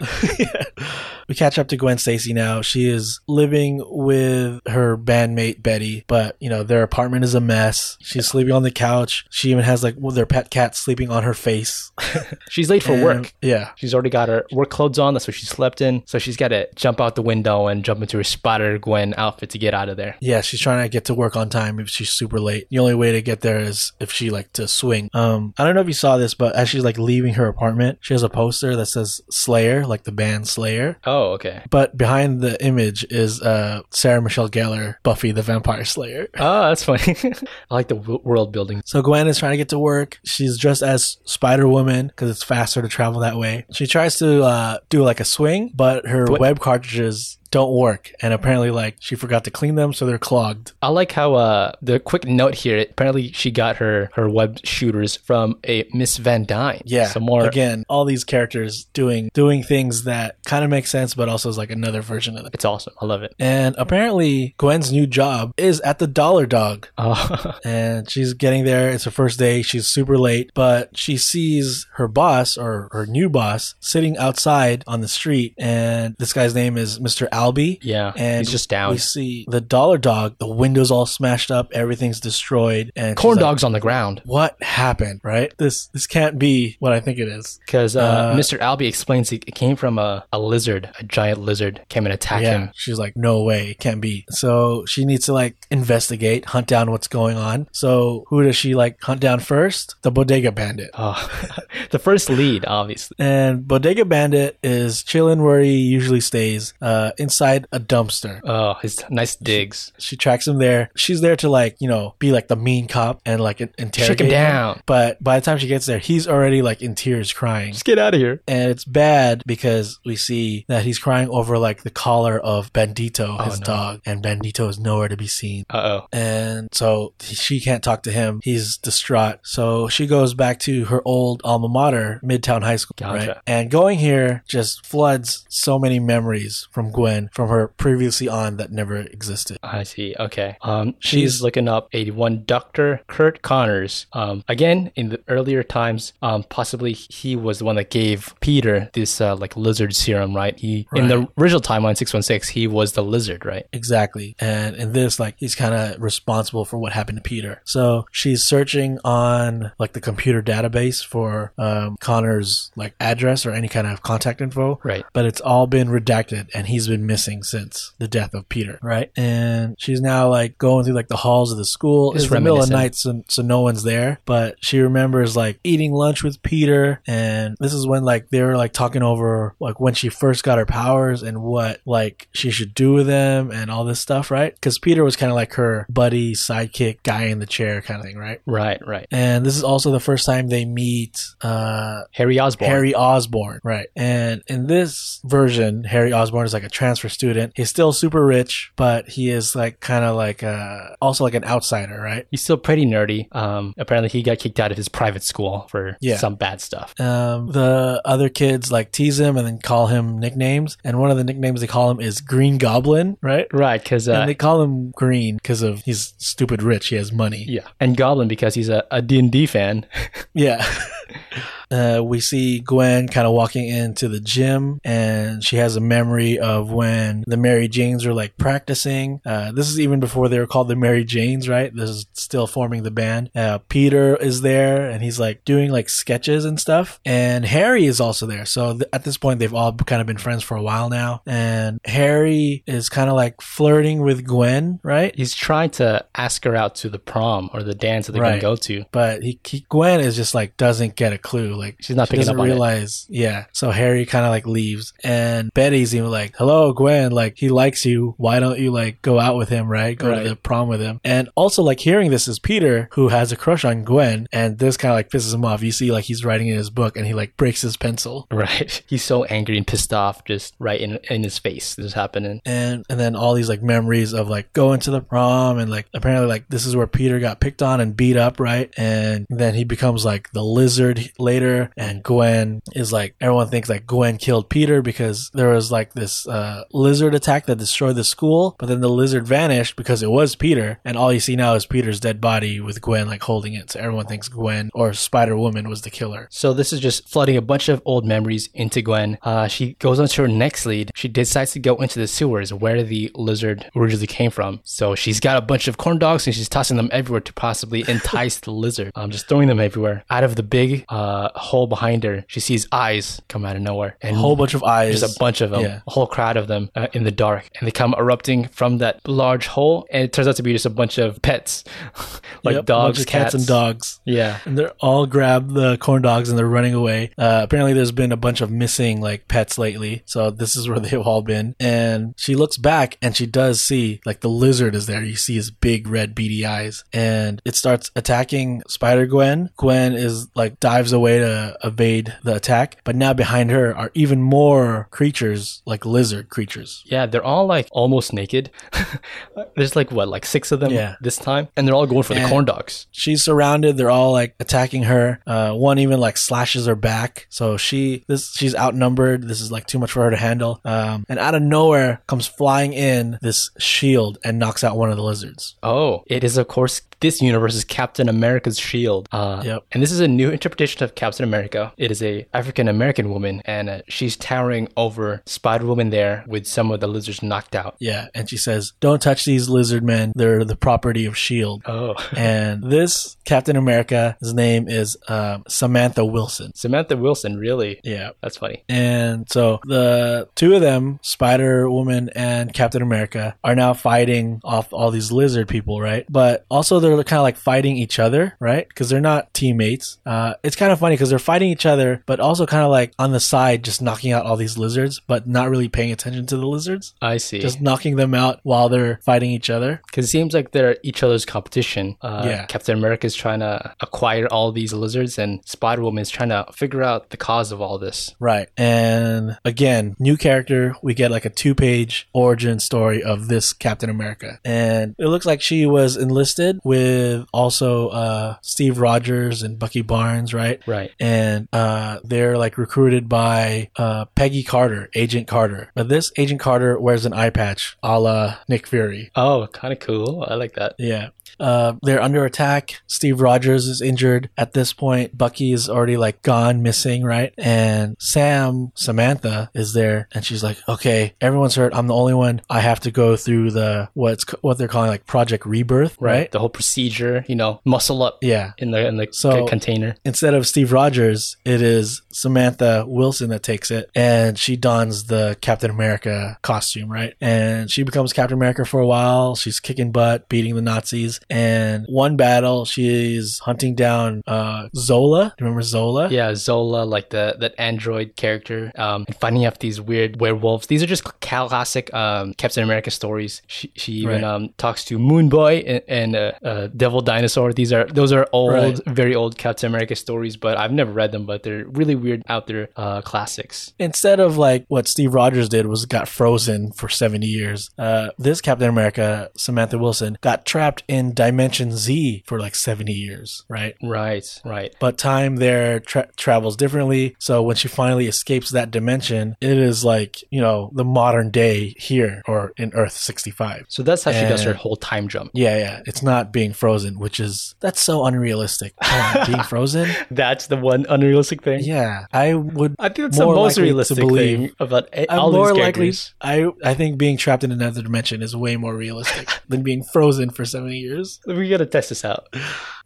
[SPEAKER 1] We catch up to Gwen Stacy now. She is living with her bandmate Betty, but you know their apartment is a mess. She's sleeping on the couch. She even has like their pet cat sleeping on her face
[SPEAKER 2] She's late for
[SPEAKER 1] And-
[SPEAKER 2] work.
[SPEAKER 1] Yeah,
[SPEAKER 2] She's already got her work clothes on. That's what she slept in. So she's got to jump out the window and jump into her Spider Gwen outfit to get out of there.
[SPEAKER 1] Yeah, she's trying to get to work on time if she's super late. The only way to get there is if she like to swing. Um, I don't know if you saw this, but as she's like leaving her apartment, she has a poster that says Slayer, like the band Slayer.
[SPEAKER 2] Oh, okay.
[SPEAKER 1] But behind the image is uh Sarah Michelle Gellar, Buffy the Vampire Slayer.
[SPEAKER 2] Oh, that's funny. I like the w- world building.
[SPEAKER 1] So Gwen is trying to get to work. She's dressed as Spider Woman because it's faster to travel that way. She tries to uh, do like a swing, but her
[SPEAKER 2] What-
[SPEAKER 1] web cartridges don't work, and apparently like she forgot to clean them, so they're clogged.
[SPEAKER 2] I like how uh, the quick note here. Apparently, she got her her web shooters from a Miss Van Dyne.
[SPEAKER 1] Yeah.
[SPEAKER 2] Some more.
[SPEAKER 1] again, all these characters doing doing things that kind of make sense, but also is like another version of it.
[SPEAKER 2] It's awesome. I love it.
[SPEAKER 1] And apparently, Gwen's new job is at the Dollar Dog,
[SPEAKER 2] Oh,
[SPEAKER 1] and she's getting there. It's her first day. She's super late, but she sees her boss or her new boss sitting outside on the street, and this guy's name is Mr. Albee.
[SPEAKER 2] yeah.
[SPEAKER 1] And
[SPEAKER 2] He's just down.
[SPEAKER 1] We see the Dollar Dog. The windows all smashed up. Everything's destroyed. And she's
[SPEAKER 2] Corn
[SPEAKER 1] like,
[SPEAKER 2] dogs on the ground.
[SPEAKER 1] What happened? Right? This this can't be what I think it is.
[SPEAKER 2] Because uh,
[SPEAKER 1] Uh,
[SPEAKER 2] Mr. Albee explains it it came from a, a lizard, a giant lizard came and attacked him.
[SPEAKER 1] She's like, no way, it can't be. So she needs to like investigate, hunt down what's going on. So who does she like hunt down first? The Bodega Bandit.
[SPEAKER 2] Oh, the first lead, obviously.
[SPEAKER 1] And Bodega Bandit is chilling where he usually stays, uh, inside a dumpster.
[SPEAKER 2] Oh, his nice digs.
[SPEAKER 1] She tracks him there. She's there to like, you know, be like the mean cop and like in-
[SPEAKER 2] Shake
[SPEAKER 1] interrogate
[SPEAKER 2] him down.
[SPEAKER 1] But by the time she gets there, he's already like in tears crying.
[SPEAKER 2] Just get out of here.
[SPEAKER 1] And it's bad because we see that he's crying over like the collar of Bandito, his
[SPEAKER 2] Oh, no.
[SPEAKER 1] dog, and Bandito is nowhere to be seen.
[SPEAKER 2] Uh oh.
[SPEAKER 1] and so she can't talk to him. He's distraught. So she goes back to her old alma mater, Midtown High School,
[SPEAKER 2] Gotcha.
[SPEAKER 1] right? And going here just floods so many memories from Gwen from her previously on that never existed.
[SPEAKER 2] I see. Okay. Um, she's,
[SPEAKER 1] She's-
[SPEAKER 2] looking up a one Dr. Kurt Connors. Um, again, in the earlier times, um, possibly he was the one that gave Peter this uh, like lizard serum, right? He in the
[SPEAKER 1] Right.
[SPEAKER 2] original timeline, six one six, he was the lizard, right?
[SPEAKER 1] Exactly. And in this, like, he's kind of responsible for what happened to Peter. So she's searching on, like, the computer database for um, Connor's, like, address or any kind of contact info.
[SPEAKER 2] Right.
[SPEAKER 1] but it's all been redacted and he's been missing since the death of Peter, right? And she's now like going through like the halls of the school.
[SPEAKER 2] Just
[SPEAKER 1] it's the middle of the night,
[SPEAKER 2] reminiscing.
[SPEAKER 1] so, so no one's there, but she remembers like eating lunch with Peter. And this is when like they were like talking over like when she first got her powers and what like she should do with them and all this stuff, right? Because Peter was kind of like her buddy, sidekick, guy in the chair kind of thing, right?
[SPEAKER 2] Right. Right.
[SPEAKER 1] And this is also the first time they meet uh,
[SPEAKER 2] Harry Osborn.
[SPEAKER 1] Harry Osborn, right? And in this version, Harry Osborn is like a transfer student. He's still super rich, but he is like kind of like uh also like an outsider, right?
[SPEAKER 2] He's still pretty nerdy. Um, apparently, he got kicked out of his private school for
[SPEAKER 1] Yeah.
[SPEAKER 2] some bad stuff.
[SPEAKER 1] Um, the other kids like tease him and then call him nicknames, and one of the nicknames they call him is Green Goblin, right?
[SPEAKER 2] Right, because uh,
[SPEAKER 1] and they call him Green because of he's stupid rich. He has money.
[SPEAKER 2] yeah, and Goblin because he's a, a D&D fan.
[SPEAKER 1] Yeah. Uh, we see Gwen kind of walking into the gym, and she has a memory of when the Mary Janes were like practicing. Uh, this is even before they were called the Mary Janes, right? This is still forming the band. Uh, Peter is there, and he's like doing like sketches and stuff. And Harry is also there. So th- at this point, they've all kind of been friends for a while now. And Harry is kind of like flirting with Gwen, right?
[SPEAKER 2] he's trying to ask her out to the prom or the dance that they're
[SPEAKER 1] Right.
[SPEAKER 2] going to go to.
[SPEAKER 1] but he, he Gwen is just like doesn't get a clue. Like
[SPEAKER 2] She's not
[SPEAKER 1] she
[SPEAKER 2] picking
[SPEAKER 1] doesn't
[SPEAKER 2] up on it.
[SPEAKER 1] realize. Yeah. So Harry kind of like leaves, and Betty's even like, "Hello, Gwen. Like he likes you. Why don't you like go out with him? Right? Go
[SPEAKER 2] Right.
[SPEAKER 1] to the prom with him." And also like hearing this is Peter who has a crush on Gwen, and this kind of like pisses him off. You see like he's writing in his book, and he like breaks his pencil.
[SPEAKER 2] Right. He's so angry and pissed off, just right in in his face. This is happening.
[SPEAKER 1] and and then all these like memories of like going to the prom and like apparently like this is where Peter got picked on and beat up, right? And then he becomes like the lizard later Peter and Gwen is like everyone thinks like Gwen killed Peter because there was like this uh, lizard attack that destroyed the school, but then the lizard vanished because it was Peter, and all you see now is Peter's dead body with Gwen like holding it. So everyone thinks Gwen or Spider Woman was the killer.
[SPEAKER 2] So this is just flooding a bunch of old memories into Gwen. Uh, she goes on to her next lead. She decides to go into the sewers where the lizard originally came from. So she's got a bunch of corn dogs and she's tossing them everywhere to possibly entice the lizard. Um, just throwing them everywhere. Out of the big uh, hole behind her, she sees eyes come out of nowhere and
[SPEAKER 1] A whole bunch of eyes.
[SPEAKER 2] there's a bunch of them,
[SPEAKER 1] Yeah.
[SPEAKER 2] a whole crowd of them uh, in the dark, and they come erupting from that large hole. And it turns out to be just a bunch of pets, like
[SPEAKER 1] Yep,
[SPEAKER 2] dogs,
[SPEAKER 1] bunch of
[SPEAKER 2] cats,
[SPEAKER 1] and dogs.
[SPEAKER 2] Yeah,
[SPEAKER 1] And they're all grab the corn dogs and they're running away. Uh, apparently, there's been a bunch of missing like pets lately, so this is where they've all been. And she looks back and she does see like the lizard is there. You see his big red beady eyes, and it starts attacking Spider Gwen. Gwen is like dives away to evade the attack, but now behind her are even more creatures like lizard creatures.
[SPEAKER 2] yeah, they're all like almost naked. There's like what, like six of them
[SPEAKER 1] Yeah.
[SPEAKER 2] this time, and they're all going for the
[SPEAKER 1] And-
[SPEAKER 2] corn dogs.
[SPEAKER 1] She's surrounded. They're all like attacking her. Uh, one even like slashes her back. So she this she's outnumbered. This is like too much for her to handle. Um, and out of nowhere comes flying in this shield and knocks out one of the lizards.
[SPEAKER 2] Oh, it is of course this universe's Captain America's shield. Uh,
[SPEAKER 1] Yep.
[SPEAKER 2] And this is a new interpretation of Captain America. It is a African American woman, and uh, she's towering over Spider Woman there with some of the lizards knocked out.
[SPEAKER 1] Yeah, and she says, "Don't touch these lizard men. They're the property of Shield."
[SPEAKER 2] Oh.
[SPEAKER 1] E And this Captain America, his name is um, Samantha Wilson.
[SPEAKER 2] Samantha Wilson, really?
[SPEAKER 1] Yeah,
[SPEAKER 2] That's funny.
[SPEAKER 1] And so the two of them, Spider Woman and Captain America, are now fighting off all these lizard people, right? But also they're kind of like fighting each other, right? Because they're not teammates. Uh, it's kind of funny because they're fighting each other, but also kind of like on the side, just knocking out all these lizards, but not really paying attention to the lizards.
[SPEAKER 2] I see.
[SPEAKER 1] Just knocking them out while they're fighting each other.
[SPEAKER 2] Because it seems like they're each other's competition. Uh,
[SPEAKER 1] Yeah.
[SPEAKER 2] Captain America is trying to acquire all these lizards, and Spider Woman is trying to figure out the cause of all this.
[SPEAKER 1] Right. And again, new character, we get like a two page origin story of this Captain America. And it looks like she was enlisted with also uh, Steve Rogers and Bucky Barnes, right?
[SPEAKER 2] Right.
[SPEAKER 1] And uh, they're like recruited by uh, Peggy Carter, Agent Carter. But this Agent Carter wears an eye patch a la Nick Fury.
[SPEAKER 2] Oh, kind of cool. I like that.
[SPEAKER 1] Yeah. Uh, they're under attack. Steve Rogers is injured at this point. Bucky is already like gone missing, right? And Sam, Samantha is there and she's like, okay, everyone's hurt. I'm the only one. I have to go through the, what's, what they're calling like Project Rebirth, right?
[SPEAKER 2] The whole procedure, you know, muscle up
[SPEAKER 1] Yeah.
[SPEAKER 2] in the in the
[SPEAKER 1] So-
[SPEAKER 2] c- container.
[SPEAKER 1] Instead of Steve Rogers, it is Samantha Wilson that takes it and she dons the Captain America costume, right? And she becomes Captain America for a while. She's kicking butt, beating the Nazis. And one battle, she's hunting down uh, Zola. Do you remember Zola?
[SPEAKER 2] Yeah, Zola, like the that android character, um, and finding out these weird werewolves. These are just classic um, Captain America stories. She, she even
[SPEAKER 1] Right.
[SPEAKER 2] um, talks to Moon Boy and, and uh, uh, Devil Dinosaur. These are those are old,
[SPEAKER 1] Right.
[SPEAKER 2] very old Captain America stories, but I've never read them. But they're really weird out there uh, classics.
[SPEAKER 1] Instead of like what Steve Rogers did was got frozen for 70 years, uh, this Captain America, Samantha Wilson, got trapped in Dimension Z for like 70 years, right?
[SPEAKER 2] Right, right.
[SPEAKER 1] but time there tra- travels differently. So when she finally escapes that dimension, it is like, you know, the modern day here or in Earth 65.
[SPEAKER 2] So that's how she does her
[SPEAKER 1] And-
[SPEAKER 2] whole time jump.
[SPEAKER 1] Yeah, yeah. It's not being frozen, which is, that's so unrealistic. Come on, being frozen?
[SPEAKER 2] That's the one unrealistic thing.
[SPEAKER 1] Yeah. I would.
[SPEAKER 2] I think that's the
[SPEAKER 1] More
[SPEAKER 2] most
[SPEAKER 1] likely to
[SPEAKER 2] realistic
[SPEAKER 1] believe.
[SPEAKER 2] thing about a-
[SPEAKER 1] I'm
[SPEAKER 2] all
[SPEAKER 1] more
[SPEAKER 2] these
[SPEAKER 1] likely.
[SPEAKER 2] characters.
[SPEAKER 1] I I think being trapped in another dimension is way more realistic than being frozen for 70 years.
[SPEAKER 2] We gotta test this out.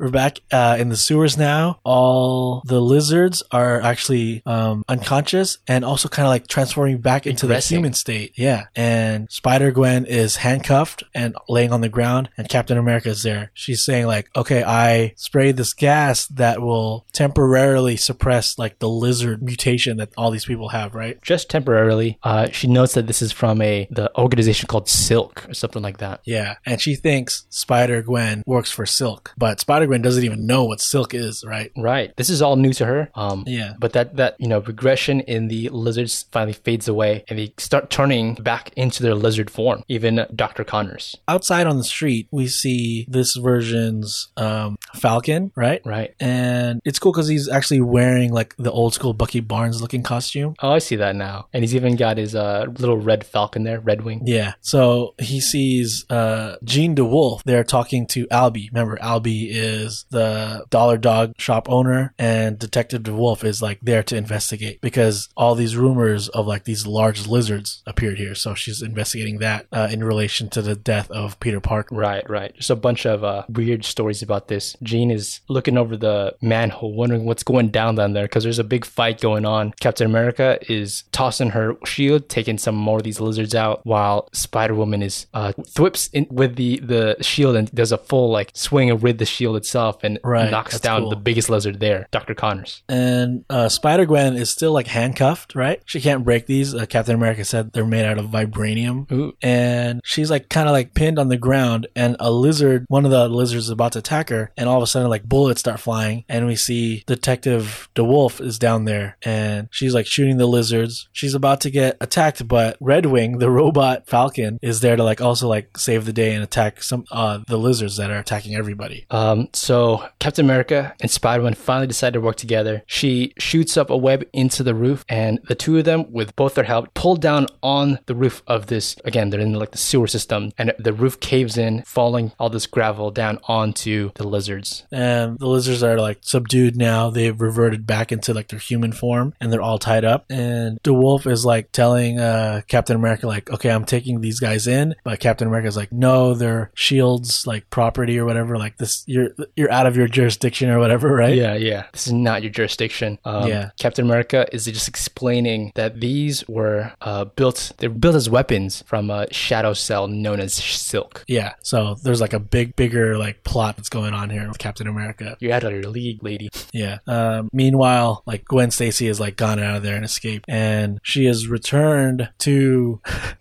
[SPEAKER 1] We're back uh, in the sewers now. All the lizards are actually um, unconscious and also kind of like transforming back into the
[SPEAKER 2] Regressing.
[SPEAKER 1] human state. Yeah. And Spider Gwen is handcuffed and laying on the ground, and Captain America is there. She's saying, like, okay, I sprayed this gas that will temporarily suppress like the lizard mutation that all these people have, right?
[SPEAKER 2] just temporarily. Uh, she notes that this is from a the organization called Silk or something like that.
[SPEAKER 1] Yeah, and she thinks Spider Spider Gwen works for Silk, but Spider Gwen doesn't even know what Silk is, right?
[SPEAKER 2] Right. This is all new to her. Um,
[SPEAKER 1] Yeah.
[SPEAKER 2] But that that you know regression in the lizards finally fades away, and they start turning back into their lizard form. Even Doctor Connors.
[SPEAKER 1] Outside on the street, we see this version's um, Falcon, right?
[SPEAKER 2] Right.
[SPEAKER 1] And it's cool because he's actually wearing like the old school Bucky Barnes looking costume.
[SPEAKER 2] Oh, I see that now. And he's even got his uh, little red falcon there, Red Wing.
[SPEAKER 1] Yeah. So he sees uh Gene DeWolf there talking to Albie. Remember, Albie is the dollar dog shop owner, and Detective DeWolf is like there to investigate because all these rumors of like these large lizards appeared here. So she's investigating that uh, in relation to the death of Peter Parker.
[SPEAKER 2] Right, right. Just a bunch of uh, weird stories about this. Jean is looking over the manhole, wondering what's going down down there because there's a big fight going on. Captain America is tossing her shield, taking some more of these lizards out, while Spider Woman is uh, thwips in with the, the shield and does a full like swing with the shield itself and
[SPEAKER 1] Right,
[SPEAKER 2] knocks
[SPEAKER 1] that's
[SPEAKER 2] down
[SPEAKER 1] cool.
[SPEAKER 2] the biggest lizard there, Dr. Connors.
[SPEAKER 1] And uh, Spider Gwen is still like handcuffed, right? She can't break these. Uh, Captain America said they're made out of vibranium.
[SPEAKER 2] Ooh.
[SPEAKER 1] and she's like kind of like pinned on the ground and a lizard one of the lizards is about to attack her and all of a sudden like bullets start flying and we see detective dewolf is down there and she's like shooting the lizards she's about to get attacked but red wing the robot falcon is there to like also like save the day and attack some uh the lizards that are attacking everybody
[SPEAKER 2] Um, so Captain America and Spider-Man finally decide to work together. She shoots up a web into the roof, and the two of them, with both their help, pull down on the roof of this. Again, they're in like the sewer system, and the roof caves in, falling all this gravel down onto the lizards.
[SPEAKER 1] and Um, the lizards are like subdued now. They've reverted back into like their human form and they're all tied up. And DeWolf is like telling uh, Captain America, like, okay, I'm taking these guys in. But Captain America's like, no, they're shields, like property or whatever. Like this, you're you're out of your jurisdiction or whatever, right?
[SPEAKER 2] Yeah, yeah. This is not your jurisdiction. Um,
[SPEAKER 1] Yeah.
[SPEAKER 2] Captain America is just explaining that these were uh, built. They were built as weapons from a shadow cell known as Silk.
[SPEAKER 1] Yeah. So there's like a big, bigger like plot that's going on here with Captain America.
[SPEAKER 2] You're out of your league, lady.
[SPEAKER 1] Yeah. Um, meanwhile, like Gwen Stacy has like gone out of there and escaped, and she has returned to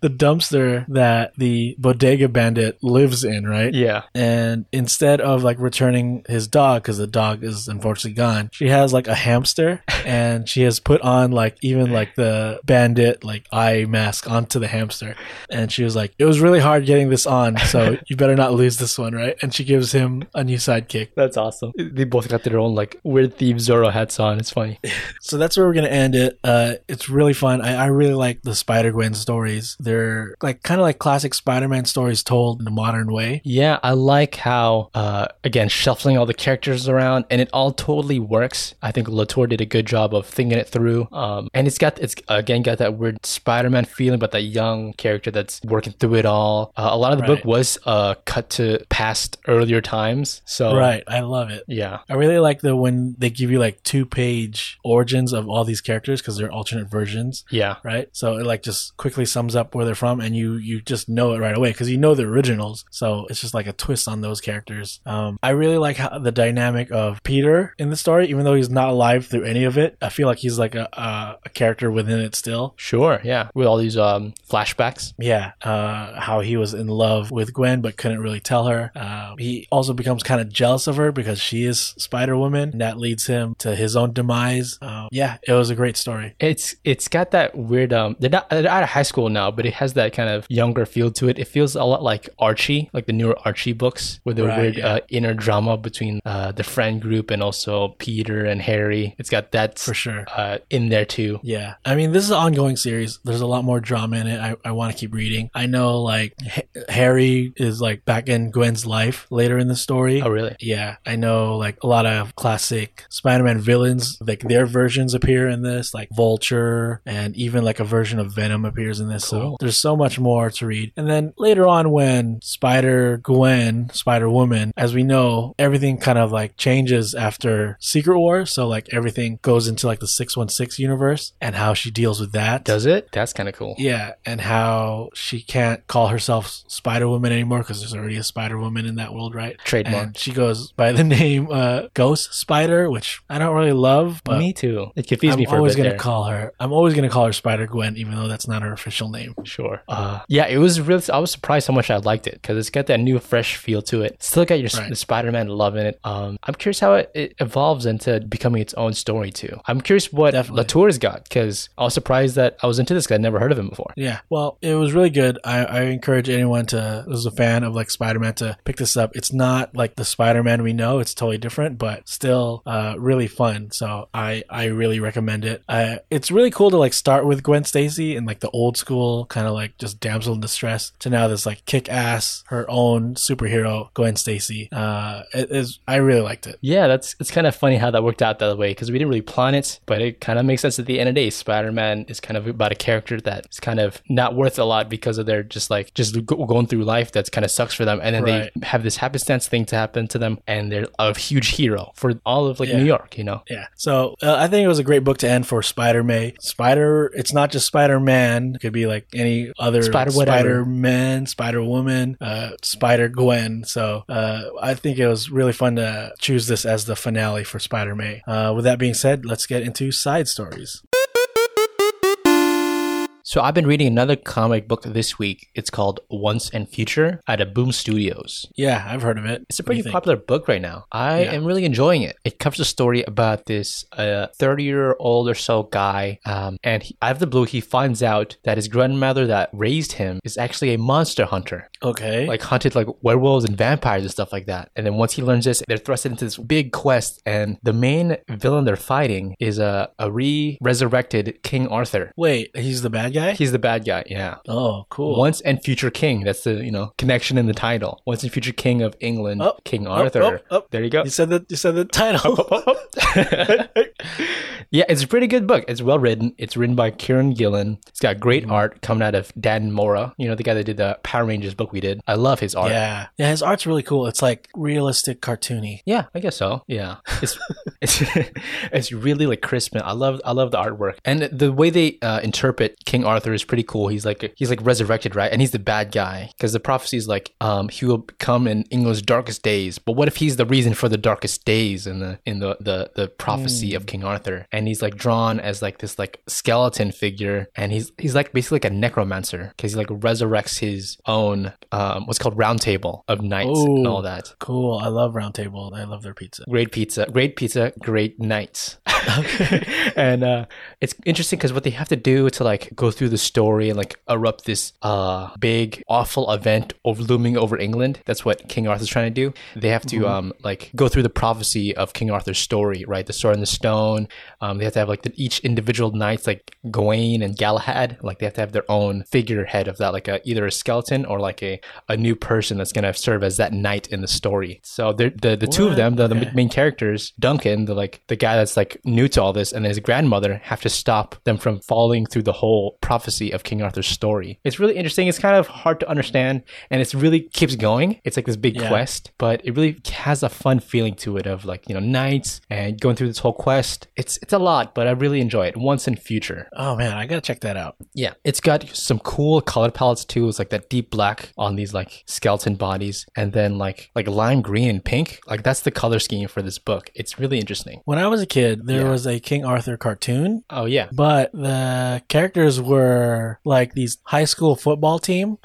[SPEAKER 1] the dumpster that the bodega bandit lives in, right?
[SPEAKER 2] Yeah.
[SPEAKER 1] And instead of like returning his dog, because the dog is unfortunately gone, she has like a hamster, and she has put on like even like the bandit like eye mask onto the hamster, and she was like, "It was really hard getting this on, so you better not lose this one, right?" And she gives him a new sidekick.
[SPEAKER 2] That's awesome. They both got their own like weird theme Zorro hats on. It's funny.
[SPEAKER 1] So that's where we're gonna end it. Uh, it's really fun. I, I really like the Spider Gwen stories. They're like kind of like classic Spider Man stories told in a modern way.
[SPEAKER 2] Yeah, I like how uh, again shuffling all the characters around, and it all totally works. I think Latour did a good job of thinking it through. Um, and it's got it's again got that weird Spider-Man feeling, but that young character that's working through it all. Uh, a lot of the book
[SPEAKER 1] Right.
[SPEAKER 2] was uh, cut to past earlier times, so
[SPEAKER 1] Right, I love it.
[SPEAKER 2] Yeah,
[SPEAKER 1] I really like the when they give you like two page origins of all these characters because they're alternate versions.
[SPEAKER 2] yeah.
[SPEAKER 1] Right, so it like just quickly sums up where they're from, and you you just know it right away because you know the originals. So it's just like a twist on those characters. Um, I really like how the dynamic of Peter in the story, even though he's not alive through any of it. I feel like he's like a a, a character within it still.
[SPEAKER 2] Sure, yeah. With all these um, flashbacks.
[SPEAKER 1] yeah, uh, how he was in love with Gwen but couldn't really tell her. Uh, he also becomes kind of jealous of her because she is Spider Woman, and that leads him to his own demise. Um, yeah, it was a great story.
[SPEAKER 2] It's it's got that weird um they're not they're out of high school now, but it has that kind of younger feel to it. It feels a lot like Archie, like the newer Archie books, with the
[SPEAKER 1] Right,
[SPEAKER 2] weird
[SPEAKER 1] yeah.
[SPEAKER 2] uh, inner drama between uh, the friend group and also Peter and Harry. It's got that
[SPEAKER 1] For sure.
[SPEAKER 2] uh, in there too.
[SPEAKER 1] Yeah. I mean, this is an ongoing series. There's a lot more drama in it. I, I want to keep reading. I know, like, H- Harry is, like, back in Gwen's life later in the story.
[SPEAKER 2] Oh really?
[SPEAKER 1] Yeah, I know like a lot of classic Spider-Man villains, like their versions appear in this, like Vulture and even like a version of Venom appears in this. So
[SPEAKER 2] Cool.
[SPEAKER 1] there's so much more to read. And then later on when Spider-Gwen, Spider-Woman, as we know, everything kind of like changes after Secret War, so like everything goes into like the 616 universe and how she deals with that.
[SPEAKER 2] Does it? That's kind of cool.
[SPEAKER 1] Yeah, and how she can't call herself Spider Woman anymore because there's already a Spider Woman in that world, right?
[SPEAKER 2] Trademark.
[SPEAKER 1] And she goes by the name uh, Ghost Spider, which I don't really love, but
[SPEAKER 2] me too. It confused
[SPEAKER 1] uh, I'm
[SPEAKER 2] me for a
[SPEAKER 1] always
[SPEAKER 2] bit
[SPEAKER 1] gonna
[SPEAKER 2] there.
[SPEAKER 1] call her. I'm always gonna call her Spider Gwen, even though that's not her official name.
[SPEAKER 2] Sure. Uh, yeah, it was really. I was surprised how much I liked it because it's got that new fresh feel to it. Still got your
[SPEAKER 1] Right.
[SPEAKER 2] the Spider-Man love in it. Um, I'm curious how it, it evolves into becoming its own story too. I'm curious what
[SPEAKER 1] Definitely.
[SPEAKER 2] Latour's got because I was surprised that I was into this guy. I'd never heard of him before.
[SPEAKER 1] Yeah, well, it was really good. I, I encourage anyone to who's a fan of like Spider Man to pick this up. It's not like the Spider Man we know; it's totally different, but still uh, really fun. So I I really recommend it. Uh, it's really cool to like start with Gwen Stacy and like the old school kind of like just damsel in distress to now this like kick ass her own superhero Gwen Stacy. Uh, it is I really liked it.
[SPEAKER 2] Yeah, that's it's kind of funny how that worked out that way because we didn't really plan it, but it kind of makes sense at the end of the day. Spider Man is kind of about a character that's kind of not worth a lot because of their just like just go- going through life that's kind of sucks for them, and then they have this happenstance thing to happen to them, and they're a huge hero for all of like
[SPEAKER 1] Yeah.
[SPEAKER 2] New York, you know.
[SPEAKER 1] Yeah. So uh, I think it was a great book to end for Spider May. Spider, it's not just Spider Man. It could be like any other
[SPEAKER 2] Spider whatever.
[SPEAKER 1] Spider Man, Spider Woman, uh, Spider Gwen. So uh, I think it was really fun to choose this as the finale for Spider May. Uh, with that being said, let's get into side stories.
[SPEAKER 2] So I've been reading another comic book this week. It's called Once and Future out of Boom Studios.
[SPEAKER 1] Yeah, I've heard of it.
[SPEAKER 2] It's a
[SPEAKER 1] What do you
[SPEAKER 2] pretty
[SPEAKER 1] think?
[SPEAKER 2] popular book right now. I
[SPEAKER 1] Yeah.
[SPEAKER 2] am really enjoying it. It covers a story about this uh, 30 year old or so guy, um, and he, out of the blue, he finds out that his grandmother that raised him is actually a monster hunter,
[SPEAKER 1] Okay.
[SPEAKER 2] like hunted like werewolves and vampires and stuff like that. And then once he learns this, they're thrusted into this big quest, and the main villain they're fighting is a, a re resurrected King Arthur.
[SPEAKER 1] Wait, he's the bad guy?
[SPEAKER 2] He's the bad guy, yeah.
[SPEAKER 1] oh, cool.
[SPEAKER 2] Once and future king. That's the you know connection in the title. Once and future king of England,
[SPEAKER 1] Up,
[SPEAKER 2] King
[SPEAKER 1] up,
[SPEAKER 2] Arthur.
[SPEAKER 1] up, up.
[SPEAKER 2] There you go.
[SPEAKER 1] You said that. You said the title.
[SPEAKER 2] yeah, it's a pretty good book. It's well written. It's written by Kieran Gillen. It's got great art coming out of Dan Mora. You know the guy that did the Power Rangers book we did. I love his art.
[SPEAKER 1] yeah. Yeah. His art's really cool. It's like realistic, cartoony.
[SPEAKER 2] Yeah, I guess so. Yeah, it's it's it's really like crisp. and I love I love the artwork and the way they uh, interpret King Arthur is pretty cool. He's like he's like resurrected, right? And he's the bad guy because the prophecy is like um, he will come in England's darkest days. But what if he's the reason for the darkest days in the in the the, the prophecy of King Arthur? And he's like drawn as like this like skeleton figure, and he's he's like basically like a necromancer because he like resurrects his own um, what's called Round Table of knights and
[SPEAKER 1] Ooh.
[SPEAKER 2] all that.
[SPEAKER 1] Cool. I love Round Table. I love their pizza.
[SPEAKER 2] Great pizza, great pizza, great nights. and uh, it's interesting because what they have to do to like go through the story and like erupt this uh, big awful event over looming over England. That's what King Arthur's trying to do. They have to um, like go through the prophecy of King Arthur's story, right? The sword and the stone. Um, they have to have like the, each individual knights like Gawain and Galahad. Like they have to have their own figurehead of that, like a, either a skeleton or like a, a new person that's gonna serve as that knight in the story. So they're- the the two of
[SPEAKER 1] What?
[SPEAKER 2] them, the, the
[SPEAKER 1] Okay.
[SPEAKER 2] main characters, Duncan, the like the guy that's like new to all this, and his grandmother have to stop them from following through the whole prophecy of King Arthur's story. It's really interesting. It's kind of hard to understand, and it's really keeps going. It's like this big
[SPEAKER 1] Yeah.
[SPEAKER 2] quest, but it really has a fun feeling to it of like you know nights and going through this whole quest. It's it's a lot, but I really enjoy it. Once in future,
[SPEAKER 1] Oh man, I gotta check that out.
[SPEAKER 2] yeah, it's got some cool color palettes too. It's like that deep black on these like skeleton bodies, and then like like lime green and pink. Like that's the color scheme for this book. It's really interesting.
[SPEAKER 1] When I was a kid, there
[SPEAKER 2] Yeah.
[SPEAKER 1] was a King Arthur cartoon,
[SPEAKER 2] Oh yeah,
[SPEAKER 1] but the characters were like these high school football team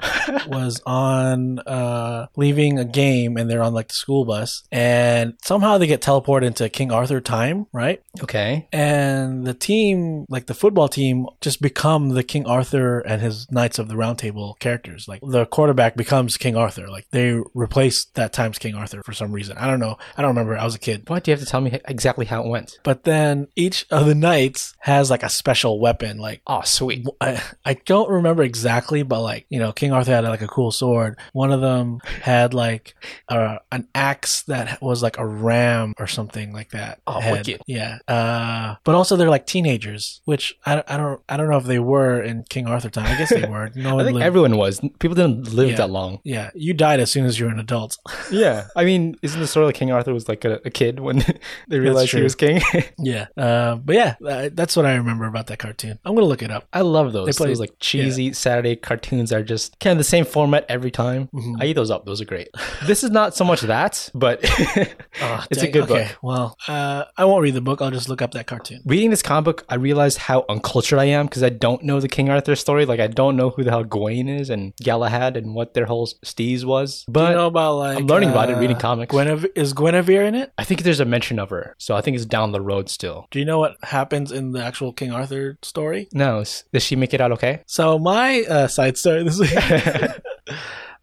[SPEAKER 1] was on uh, leaving a game and they're on like the school bus and somehow they get teleported into King Arthur time, right?
[SPEAKER 2] okay,
[SPEAKER 1] And the team, like the football team, just become the King Arthur and his Knights of the Round Table characters. Like the quarterback becomes King Arthur. Like they replaced that times King Arthur for some reason. I don't know. I don't remember. I was a kid.
[SPEAKER 2] why do you have to tell me exactly how it went?
[SPEAKER 1] But then each of the knights has like a special weapon. Like
[SPEAKER 2] Oh sweet,
[SPEAKER 1] I, I don't remember exactly, but like you know, King Arthur had like a cool sword. One of them had like uh, an axe that was like a ram or something like that.
[SPEAKER 2] Oh,
[SPEAKER 1] Had-
[SPEAKER 2] wicked.
[SPEAKER 1] Yeah. Uh, but also they're like teenagers, which I, I don't I don't know if they were in King Arthur time. I guess they were. No
[SPEAKER 2] I
[SPEAKER 1] one
[SPEAKER 2] think
[SPEAKER 1] lived.
[SPEAKER 2] everyone was. People didn't live
[SPEAKER 1] Yeah.
[SPEAKER 2] that long.
[SPEAKER 1] yeah, you died as soon as you were an adult.
[SPEAKER 2] Yeah, I mean, isn't the story like King Arthur was like a, a kid when they realized he
[SPEAKER 1] true.
[SPEAKER 2] was king?
[SPEAKER 1] yeah. Uh, but yeah, uh, that's what I remember about that cartoon. I'm gonna look it up.
[SPEAKER 2] I love love those.
[SPEAKER 1] They play-
[SPEAKER 2] those like cheesy Saturday cartoons that are just kind of the same format every time.
[SPEAKER 1] Mhm.
[SPEAKER 2] I eat those up. Those are great. this is not so much that, but
[SPEAKER 1] Ah,
[SPEAKER 2] it's a
[SPEAKER 1] dang,
[SPEAKER 2] good
[SPEAKER 1] okay,
[SPEAKER 2] book.
[SPEAKER 1] Well, uh, I won't read the book. I'll just look up that cartoon.
[SPEAKER 2] Reading this comic book, I realized how uncultured I am because I don't know the King Arthur story. Like I don't know who the hell Gawain is and Galahad and what their whole steez was.
[SPEAKER 1] Do
[SPEAKER 2] But
[SPEAKER 1] you know about like uh,
[SPEAKER 2] I'm learning about it, reading comics.
[SPEAKER 1] Guinevere, is Guinevere in it?
[SPEAKER 2] I think there's a mention of her, so I think it's down the road still.
[SPEAKER 1] Do you know what happens in the actual King Arthur story?
[SPEAKER 2] No, s- does she make it out okay?
[SPEAKER 1] So my uh, side story this week.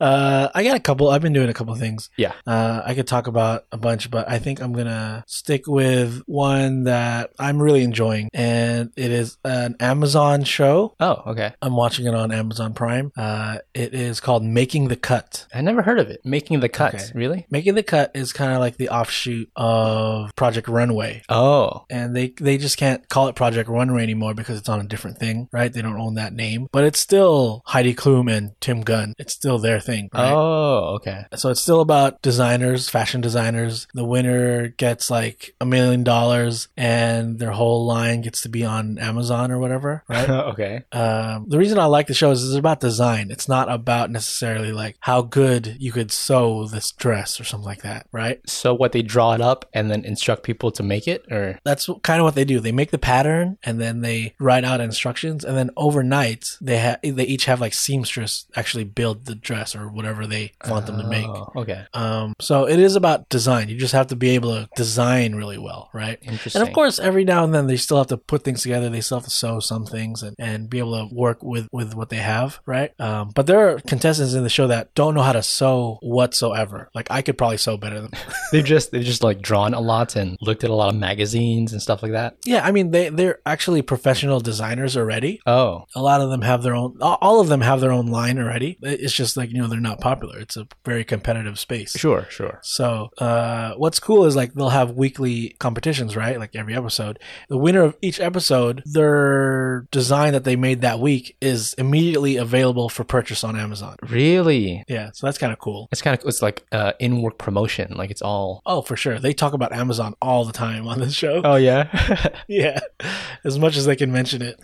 [SPEAKER 1] Uh, I got a couple. I've been doing a couple things.
[SPEAKER 2] Yeah.
[SPEAKER 1] Uh, I could talk about a bunch, but I think I'm gonna stick with one that I'm really enjoying, and it is an Amazon show.
[SPEAKER 2] oh, okay.
[SPEAKER 1] I'm watching it on Amazon Prime. Uh, it is called Making the Cut.
[SPEAKER 2] I never heard of it. Making the cut,
[SPEAKER 1] Okay.
[SPEAKER 2] really?
[SPEAKER 1] Making the Cut is kind of like the offshoot of Project Runway.
[SPEAKER 2] Oh,
[SPEAKER 1] And they, they just can't call it Project Runway anymore because it's on a different thing, right? They don't own that name. But it's still Heidi Klum and Tim Gunn. It's still their thing, right?
[SPEAKER 2] oh, okay.
[SPEAKER 1] So it's still about designers, fashion designers. The winner gets like a million dollars and their whole line gets to be on Amazon or whatever, right?
[SPEAKER 2] okay.
[SPEAKER 1] um, the reason I like the show is it's about design. It's not about necessarily like how good you could sew this dress or something like that, right?
[SPEAKER 2] So what they draw it up and then instruct people to make it, or
[SPEAKER 1] That's kind of what they do. They make the pattern and then they write out instructions, and then overnight they ha- they each have like seamstress actually build the dress or whatever they want them to make.
[SPEAKER 2] Oh, Okay,
[SPEAKER 1] Um, so it is about design. You just have to be able to design really well, right?
[SPEAKER 2] interesting.
[SPEAKER 1] And of course, every now and then they still have to put things together. They still have to sew some things and, and be able to work with, with what they have, right? Um, but there are contestants in the show that don't know how to sew whatsoever. Like I could probably sew better than
[SPEAKER 2] they've just they've just like drawn a lot and looked at a lot of magazines and stuff like that.
[SPEAKER 1] yeah. I mean, they they're actually professional designers already.
[SPEAKER 2] Oh,
[SPEAKER 1] A lot of them have their own. all- All of them have their own line already. It's just like you know they're not popular. It's a very competitive space.
[SPEAKER 2] sure, sure.
[SPEAKER 1] So, uh, what's cool is like they'll have weekly competitions, right? Like every episode. The winner of each episode, their design that they made that week is immediately available for purchase on Amazon.
[SPEAKER 2] Really,
[SPEAKER 1] Yeah, so that's kind of cool.
[SPEAKER 2] it's kind of it's like uh, in work promotion. Like it's all.
[SPEAKER 1] Oh, for sure. They talk about Amazon all the time on this show.
[SPEAKER 2] Oh yeah.
[SPEAKER 1] yeah as much as they can mention it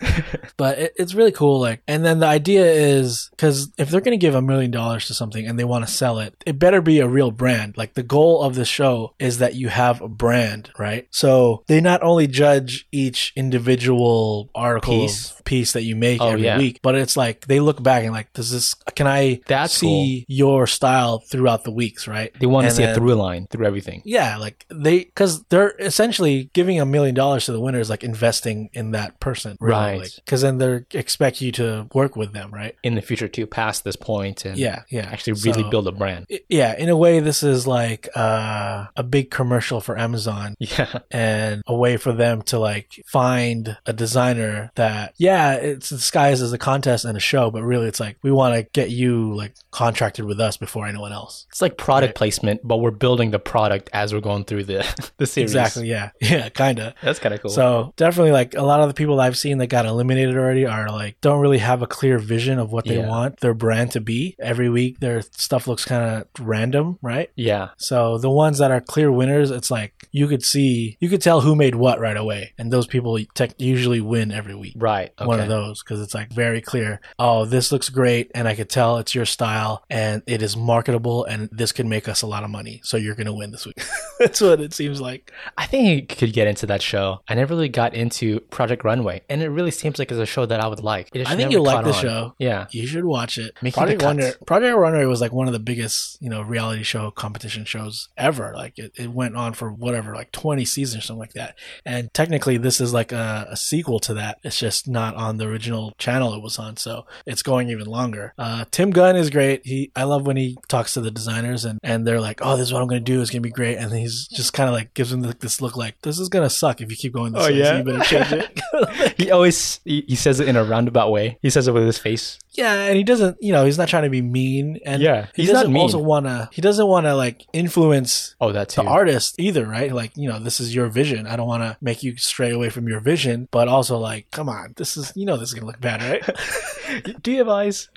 [SPEAKER 1] but it, it's really cool like and then the idea is because if they're going to give a million dollars to something and they want to sell it it better be a real brand like the goal of the show is that you have a brand right so they not only judge each individual article
[SPEAKER 2] Piece?
[SPEAKER 1] piece, piece that you make
[SPEAKER 2] Oh,
[SPEAKER 1] every
[SPEAKER 2] yeah.
[SPEAKER 1] week but it's like they look back and like does this can i
[SPEAKER 2] That's
[SPEAKER 1] see your style throughout the weeks right
[SPEAKER 2] they want to
[SPEAKER 1] And
[SPEAKER 2] see a
[SPEAKER 1] then-
[SPEAKER 2] through line through everything.
[SPEAKER 1] yeah, like they, because they're essentially giving a million dollars to the winner is like investing in that person,
[SPEAKER 2] Right.
[SPEAKER 1] Because then they are expect you to work with them, right?
[SPEAKER 2] in the future to pass this point and
[SPEAKER 1] Yeah, yeah.
[SPEAKER 2] actually really
[SPEAKER 1] So-
[SPEAKER 2] build a brand.
[SPEAKER 1] I- Yeah, in a way, this is like uh, a big commercial for Amazon
[SPEAKER 2] Yeah.
[SPEAKER 1] and a way for them to like find a designer that, yeah, it's disguised as a contest and a show, but really it's like we want to get you like contracted with us before anyone else.
[SPEAKER 2] It's like product placement, but we're building the product as we're going through the the series.
[SPEAKER 1] Exactly. Yeah. Yeah. Kind of.
[SPEAKER 2] That's kind of cool.
[SPEAKER 1] So definitely, like a lot of the people I've seen that got eliminated already are like don't really have a clear vision of what they
[SPEAKER 2] Yeah.
[SPEAKER 1] want their brand to be. Every week, their stuff looks kind of random, right?
[SPEAKER 2] yeah.
[SPEAKER 1] So the ones that are clear winners, it's like you could see, you could tell who made what right away, and those people tech usually win every week.
[SPEAKER 2] Right. Okay.
[SPEAKER 1] One of those because it's like very clear. Oh, this looks great, and I could tell it's your style, and it is marketable, and this could make us a lot of money. So you're gonna win this week. That's what it seems like.
[SPEAKER 2] I think I could get into that show. I never really got into Project Runway, and it really seems like it's a show that I would like. It just
[SPEAKER 1] I think
[SPEAKER 2] never
[SPEAKER 1] you'll like
[SPEAKER 2] caught
[SPEAKER 1] the
[SPEAKER 2] on.
[SPEAKER 1] show.
[SPEAKER 2] Yeah.
[SPEAKER 1] You should watch it.
[SPEAKER 2] Making
[SPEAKER 1] Project
[SPEAKER 2] the cut.
[SPEAKER 1] Runway, Project Runway was like one of the biggest, you know, reality show competition shows ever. Like it, it went on for whatever, like 20 seasons or something like that. And technically, this is like a, a sequel to that. It's just not on the original channel it was on, so it's going even longer. Uh, Tim Gunn is great. He, I love when he talks to the designers and and they're like, "Oh, this is what I'm going to do. It's going to be great." And he's just kind of like gives them like this look, like, "This is going to suck if you keep going this
[SPEAKER 2] Oh,
[SPEAKER 1] way. So
[SPEAKER 2] yeah?
[SPEAKER 1] you better change it."
[SPEAKER 2] He always he, he says it in a roundabout way. He says it with his face.
[SPEAKER 1] Yeah, and he doesn't, you know, he's not trying to be mean, and
[SPEAKER 2] Yeah,
[SPEAKER 1] he
[SPEAKER 2] he's not
[SPEAKER 1] doesn't
[SPEAKER 2] mean.
[SPEAKER 1] also want to. He doesn't want to like influence
[SPEAKER 2] Oh, that too.
[SPEAKER 1] the artist either, right? Like, you know, this is your vision. I don't want to make you stray away from your vision, but also like, come on, this is, you know, this is gonna look bad, right?
[SPEAKER 2] Do you have eyes?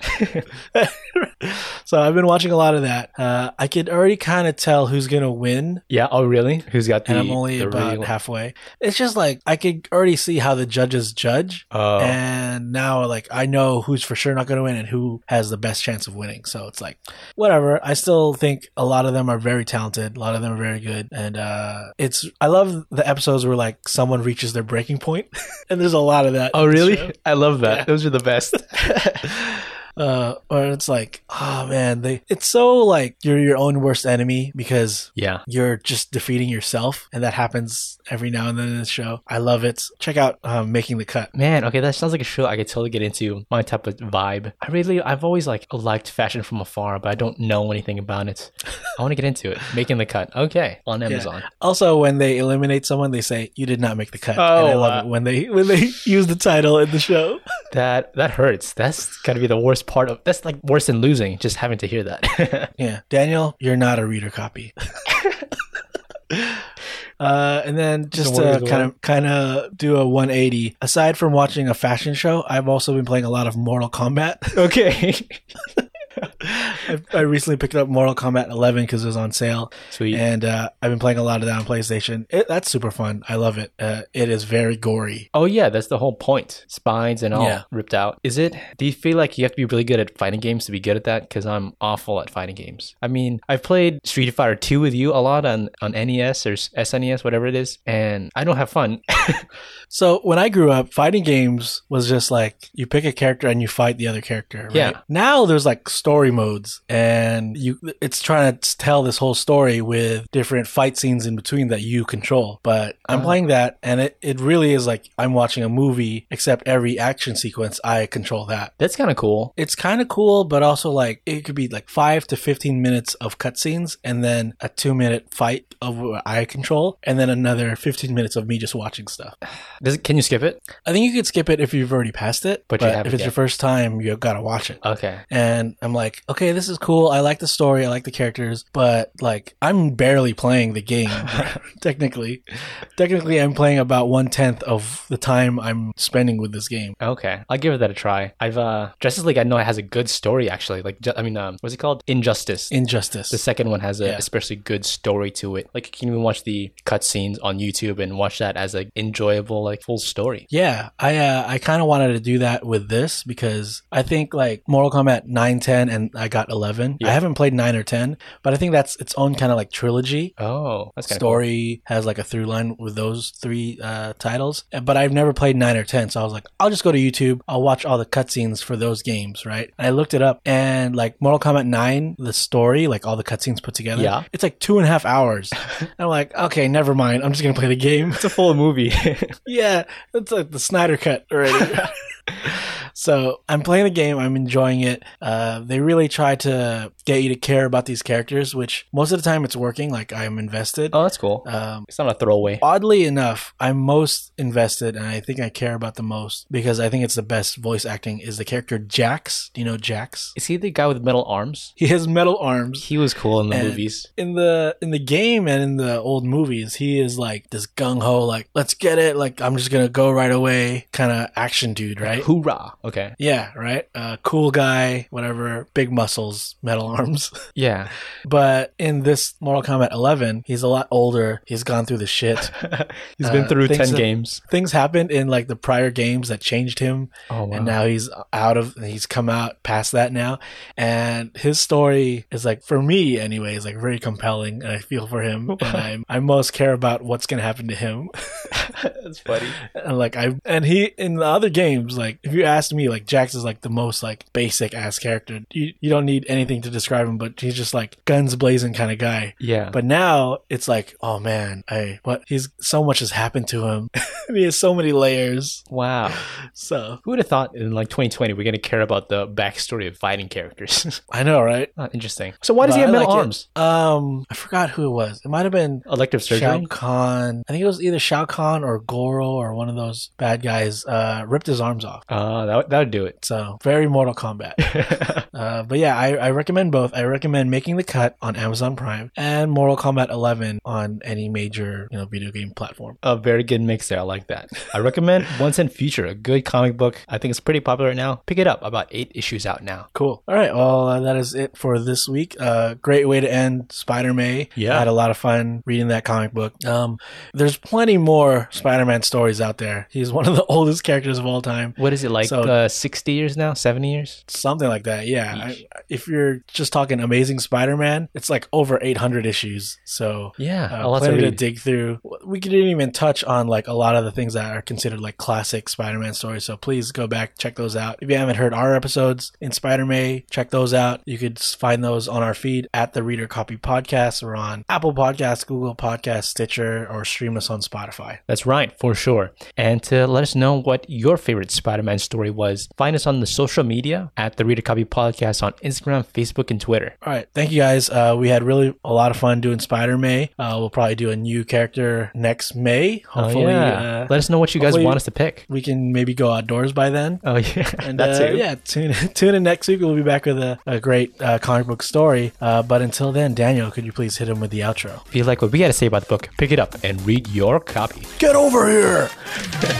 [SPEAKER 1] so I've been watching a lot of that. Uh, I could already kind of tell who's gonna win,
[SPEAKER 2] Yeah. Oh, really? Who's got the?
[SPEAKER 1] and I'm only
[SPEAKER 2] the
[SPEAKER 1] about
[SPEAKER 2] real-
[SPEAKER 1] halfway. It's just like I could already see how the judges judge,
[SPEAKER 2] Oh.
[SPEAKER 1] and now like I know who's for sure not gonna win and who has the best chance of winning. So it's like whatever. I still think a lot of them are very talented. A lot of them are very good, and uh, it's I love the episodes where like someone reaches their breaking point, and there's a lot of that.
[SPEAKER 2] oh,
[SPEAKER 1] in this
[SPEAKER 2] really?
[SPEAKER 1] show
[SPEAKER 2] I love that.
[SPEAKER 1] Yeah.
[SPEAKER 2] Those are the best.
[SPEAKER 1] uh, or it's like, oh man, they it's so like you're your own worst enemy because
[SPEAKER 2] yeah.
[SPEAKER 1] you're just defeating yourself, and that happens every now and then in this show. I love it. Check out um, making the cut.
[SPEAKER 2] Man, okay, that sounds like a show I could totally get into. My type of vibe. I really, I've always like liked fashion from afar, but I don't know anything about it. I want to get into it. Making the cut. Okay, on Amazon.
[SPEAKER 1] Also, when they eliminate someone, they say you did not make the cut.
[SPEAKER 2] Oh,
[SPEAKER 1] and I love
[SPEAKER 2] wow.
[SPEAKER 1] it when they when they use the title in the show.
[SPEAKER 2] That that hurts. That's gotta be the worst part of. That's like worse than losing. Just having to hear that.
[SPEAKER 1] Yeah, Daniel, you're not a reader copy. uh, and then just
[SPEAKER 2] what
[SPEAKER 1] to
[SPEAKER 2] is the
[SPEAKER 1] kind
[SPEAKER 2] one?
[SPEAKER 1] of kind of do a 180. Aside from watching a fashion show, I've also been playing a lot of Mortal Kombat.
[SPEAKER 2] okay.
[SPEAKER 1] I, I recently picked up Mortal Kombat 11 because it was on sale,
[SPEAKER 2] Sweet.
[SPEAKER 1] and uh, I've been playing a lot of that on PlayStation. It, that's super fun. I love it. Uh, it is very gory.
[SPEAKER 2] Oh yeah, that's the whole point. Spines and all
[SPEAKER 1] Yeah.
[SPEAKER 2] ripped out. Is it? Do you feel like you have to be really good at fighting games to be good at that? Because I'm awful at fighting games. I mean, I've played Street Fighter 2 with you a lot on on NES or SNES, E whatever it is, and I don't have fun.
[SPEAKER 1] So when I grew up, fighting games was just like you pick a character and you fight the other character. Right?
[SPEAKER 2] Yeah.
[SPEAKER 1] Now there's like story modes, and you it's trying to tell this whole story with different fight scenes in between that you control. But I'm
[SPEAKER 2] Ah.
[SPEAKER 1] playing that, and it it really is like I'm watching a movie, except every action sequence I control that.
[SPEAKER 2] that's kind of cool.
[SPEAKER 1] it's kind of cool, but also like it could be like five to fifteen minutes of cutscenes, and then a two minute fight of what I control, and then another fifteen minutes of me just watching stuff.
[SPEAKER 2] Does it, can you skip it?
[SPEAKER 1] I think you could skip it if you've already passed it, but,
[SPEAKER 2] But you haven't
[SPEAKER 1] if it's
[SPEAKER 2] yet.
[SPEAKER 1] your first time, you gotta watch it.
[SPEAKER 2] Okay.
[SPEAKER 1] And I'm like, okay, this is cool. I like the story. I like the characters, but like, I'm barely playing the game. technically, technically, I'm playing about one tenth of the time I'm spending with this game.
[SPEAKER 2] Okay, I'll give that a try. I've uh Justice League. I know it has a good story actually. Like ju- I mean, um, what's it called? Injustice.
[SPEAKER 1] Injustice.
[SPEAKER 2] The second one has a
[SPEAKER 1] Yeah.
[SPEAKER 2] especially good story to it. Like you can even watch the cutscenes on YouTube and watch that as an enjoyable like full story.
[SPEAKER 1] Yeah, I uh, I kind of wanted to do that with this because I think like Mortal Kombat 9, 10, and I got 11. I
[SPEAKER 2] Yeah.
[SPEAKER 1] haven't played 9 or 10, but I think that's its own kind of like trilogy.
[SPEAKER 2] Oh, that's kind of cool.
[SPEAKER 1] Story has like a through line with those three uh, titles, but I've never played 9 or 10, so I was like, I'll just go to YouTube, I'll watch all the cutscenes for those games, right? And I looked it up, and like Mortal Kombat 9, the story, like all the cutscenes put together,
[SPEAKER 2] Yeah.
[SPEAKER 1] it's like two and a half hours. and I'm like, okay, never mind, I'm just gonna play the game.
[SPEAKER 2] It's a full movie.
[SPEAKER 1] Yeah, it's like the Snyder cut already. so I'm playing the game. I'm enjoying it. Uh, they really try to get you to care about these characters, which most of the time it's working. Like I'm invested.
[SPEAKER 2] oh, that's cool.
[SPEAKER 1] Um,
[SPEAKER 2] It's not a throwaway.
[SPEAKER 1] oddly enough, I'm most invested, and I think I care about the most because I think it's the best voice acting is the character Jax. Do you know Jax?
[SPEAKER 2] Is he the guy with metal arms?
[SPEAKER 1] He has metal arms.
[SPEAKER 2] He was cool in the
[SPEAKER 1] And-
[SPEAKER 2] movies.
[SPEAKER 1] in the in the game and in the old movies, he is like this gung ho, like let's get it, like I'm just gonna go right away, kind of action dude, right?
[SPEAKER 2] Hoorah! Okay.
[SPEAKER 1] Yeah, right. Uh, cool guy, whatever. Big muscles, metal arms.
[SPEAKER 2] Yeah.
[SPEAKER 1] but in this Mortal Kombat 11, he's a lot older. He's gone through the shit.
[SPEAKER 2] he's been
[SPEAKER 1] Uh,
[SPEAKER 2] through
[SPEAKER 1] things
[SPEAKER 2] ten
[SPEAKER 1] that-
[SPEAKER 2] games.
[SPEAKER 1] Things happened in like the prior games that changed him
[SPEAKER 2] Oh wow.
[SPEAKER 1] and now he's out of he's come out past that now and his story is like for me anyway is like very compelling and i feel for him and I'm, i most care about what's gonna happen to him
[SPEAKER 2] that's funny.
[SPEAKER 1] and like i and he in the other games like if you asked me like jax is like the most like basic ass character you, you don't need anything to describe him but he's just like guns blazing kind of guy
[SPEAKER 2] Yeah.
[SPEAKER 1] but now it's like, oh man, I what he's so much has happened to him. he has so many layers.
[SPEAKER 2] wow.
[SPEAKER 1] So
[SPEAKER 2] Who would have thought in like 2020 we're gonna care about the backstory of fighting characters?
[SPEAKER 1] I know, right?
[SPEAKER 2] Not Ah, interesting. So why does
[SPEAKER 1] But
[SPEAKER 2] he have
[SPEAKER 1] I
[SPEAKER 2] metal
[SPEAKER 1] like it.
[SPEAKER 2] arms?
[SPEAKER 1] Um, I forgot who it was. It might have been
[SPEAKER 2] Elective surgery.
[SPEAKER 1] Shao Kahn. I think it was either Shao Kahn or or Goro or one of those bad guys uh, ripped his arms off.
[SPEAKER 2] Uh, that, would- that would do it.
[SPEAKER 1] So very Mortal Kombat. Uh, but yeah, I, I recommend both. I recommend Making the Cut on Amazon Prime and Mortal Kombat 11 on any major you know video game platform.
[SPEAKER 2] a very good mix there. I like that. I recommend Once in Future, a good comic book. I think it's pretty popular right now. Pick it up. About eight issues out now.
[SPEAKER 1] Cool. All right. Well, uh, that is it for this week. Uh, great way to end Spider May.
[SPEAKER 2] Yeah.
[SPEAKER 1] I had a lot of fun reading that comic book. Um, there's plenty more Spider Man stories out there. He's one of the oldest characters of all time.
[SPEAKER 2] What is it like?
[SPEAKER 1] So-
[SPEAKER 2] uh, Sixty years now? Seventy years?
[SPEAKER 1] Something like that. Yeah. I, if you're just talking Amazing Spider Man, it's like over 800 issues. So
[SPEAKER 2] Yeah,
[SPEAKER 1] uh,
[SPEAKER 2] a lot to
[SPEAKER 1] plenty to
[SPEAKER 2] read.
[SPEAKER 1] dig through. We didn't even touch on like a lot of the things that are considered like classic Spider-Man stories. So please go back check those out. If you haven't heard our episodes in Spider-Man, check those out. You could s- find those on our feed at the Reader Copy Podcast. We're on Apple Podcasts, Google Podcasts, Stitcher, or stream us on Spotify.
[SPEAKER 2] That's right, for sure. And to let us know what your favorite Spider Man story was, find us on the social media at the Reader Copy Podcast on Instagram, Facebook, and Twitter.
[SPEAKER 1] All right, thank you guys. Uh, we had really a lot of fun doing Spider-Man. Uh, we'll probably do a new character next May.
[SPEAKER 2] Oh,
[SPEAKER 1] Hopefully,
[SPEAKER 2] yeah.
[SPEAKER 1] uh,
[SPEAKER 2] let us know what you guys
[SPEAKER 1] hopefully-
[SPEAKER 2] want us to pick.
[SPEAKER 1] we can maybe go outdoors by then.
[SPEAKER 2] Oh, yeah.
[SPEAKER 1] And
[SPEAKER 2] That's
[SPEAKER 1] uh,
[SPEAKER 2] it.
[SPEAKER 1] yeah, tune tune in next week. We'll be back with a, a great uh, comic book story. Uh, but until then, Daniel, could you please hit him with the outro?
[SPEAKER 2] If you like what we had to say about the book, pick it up and read your copy.
[SPEAKER 1] Get over here!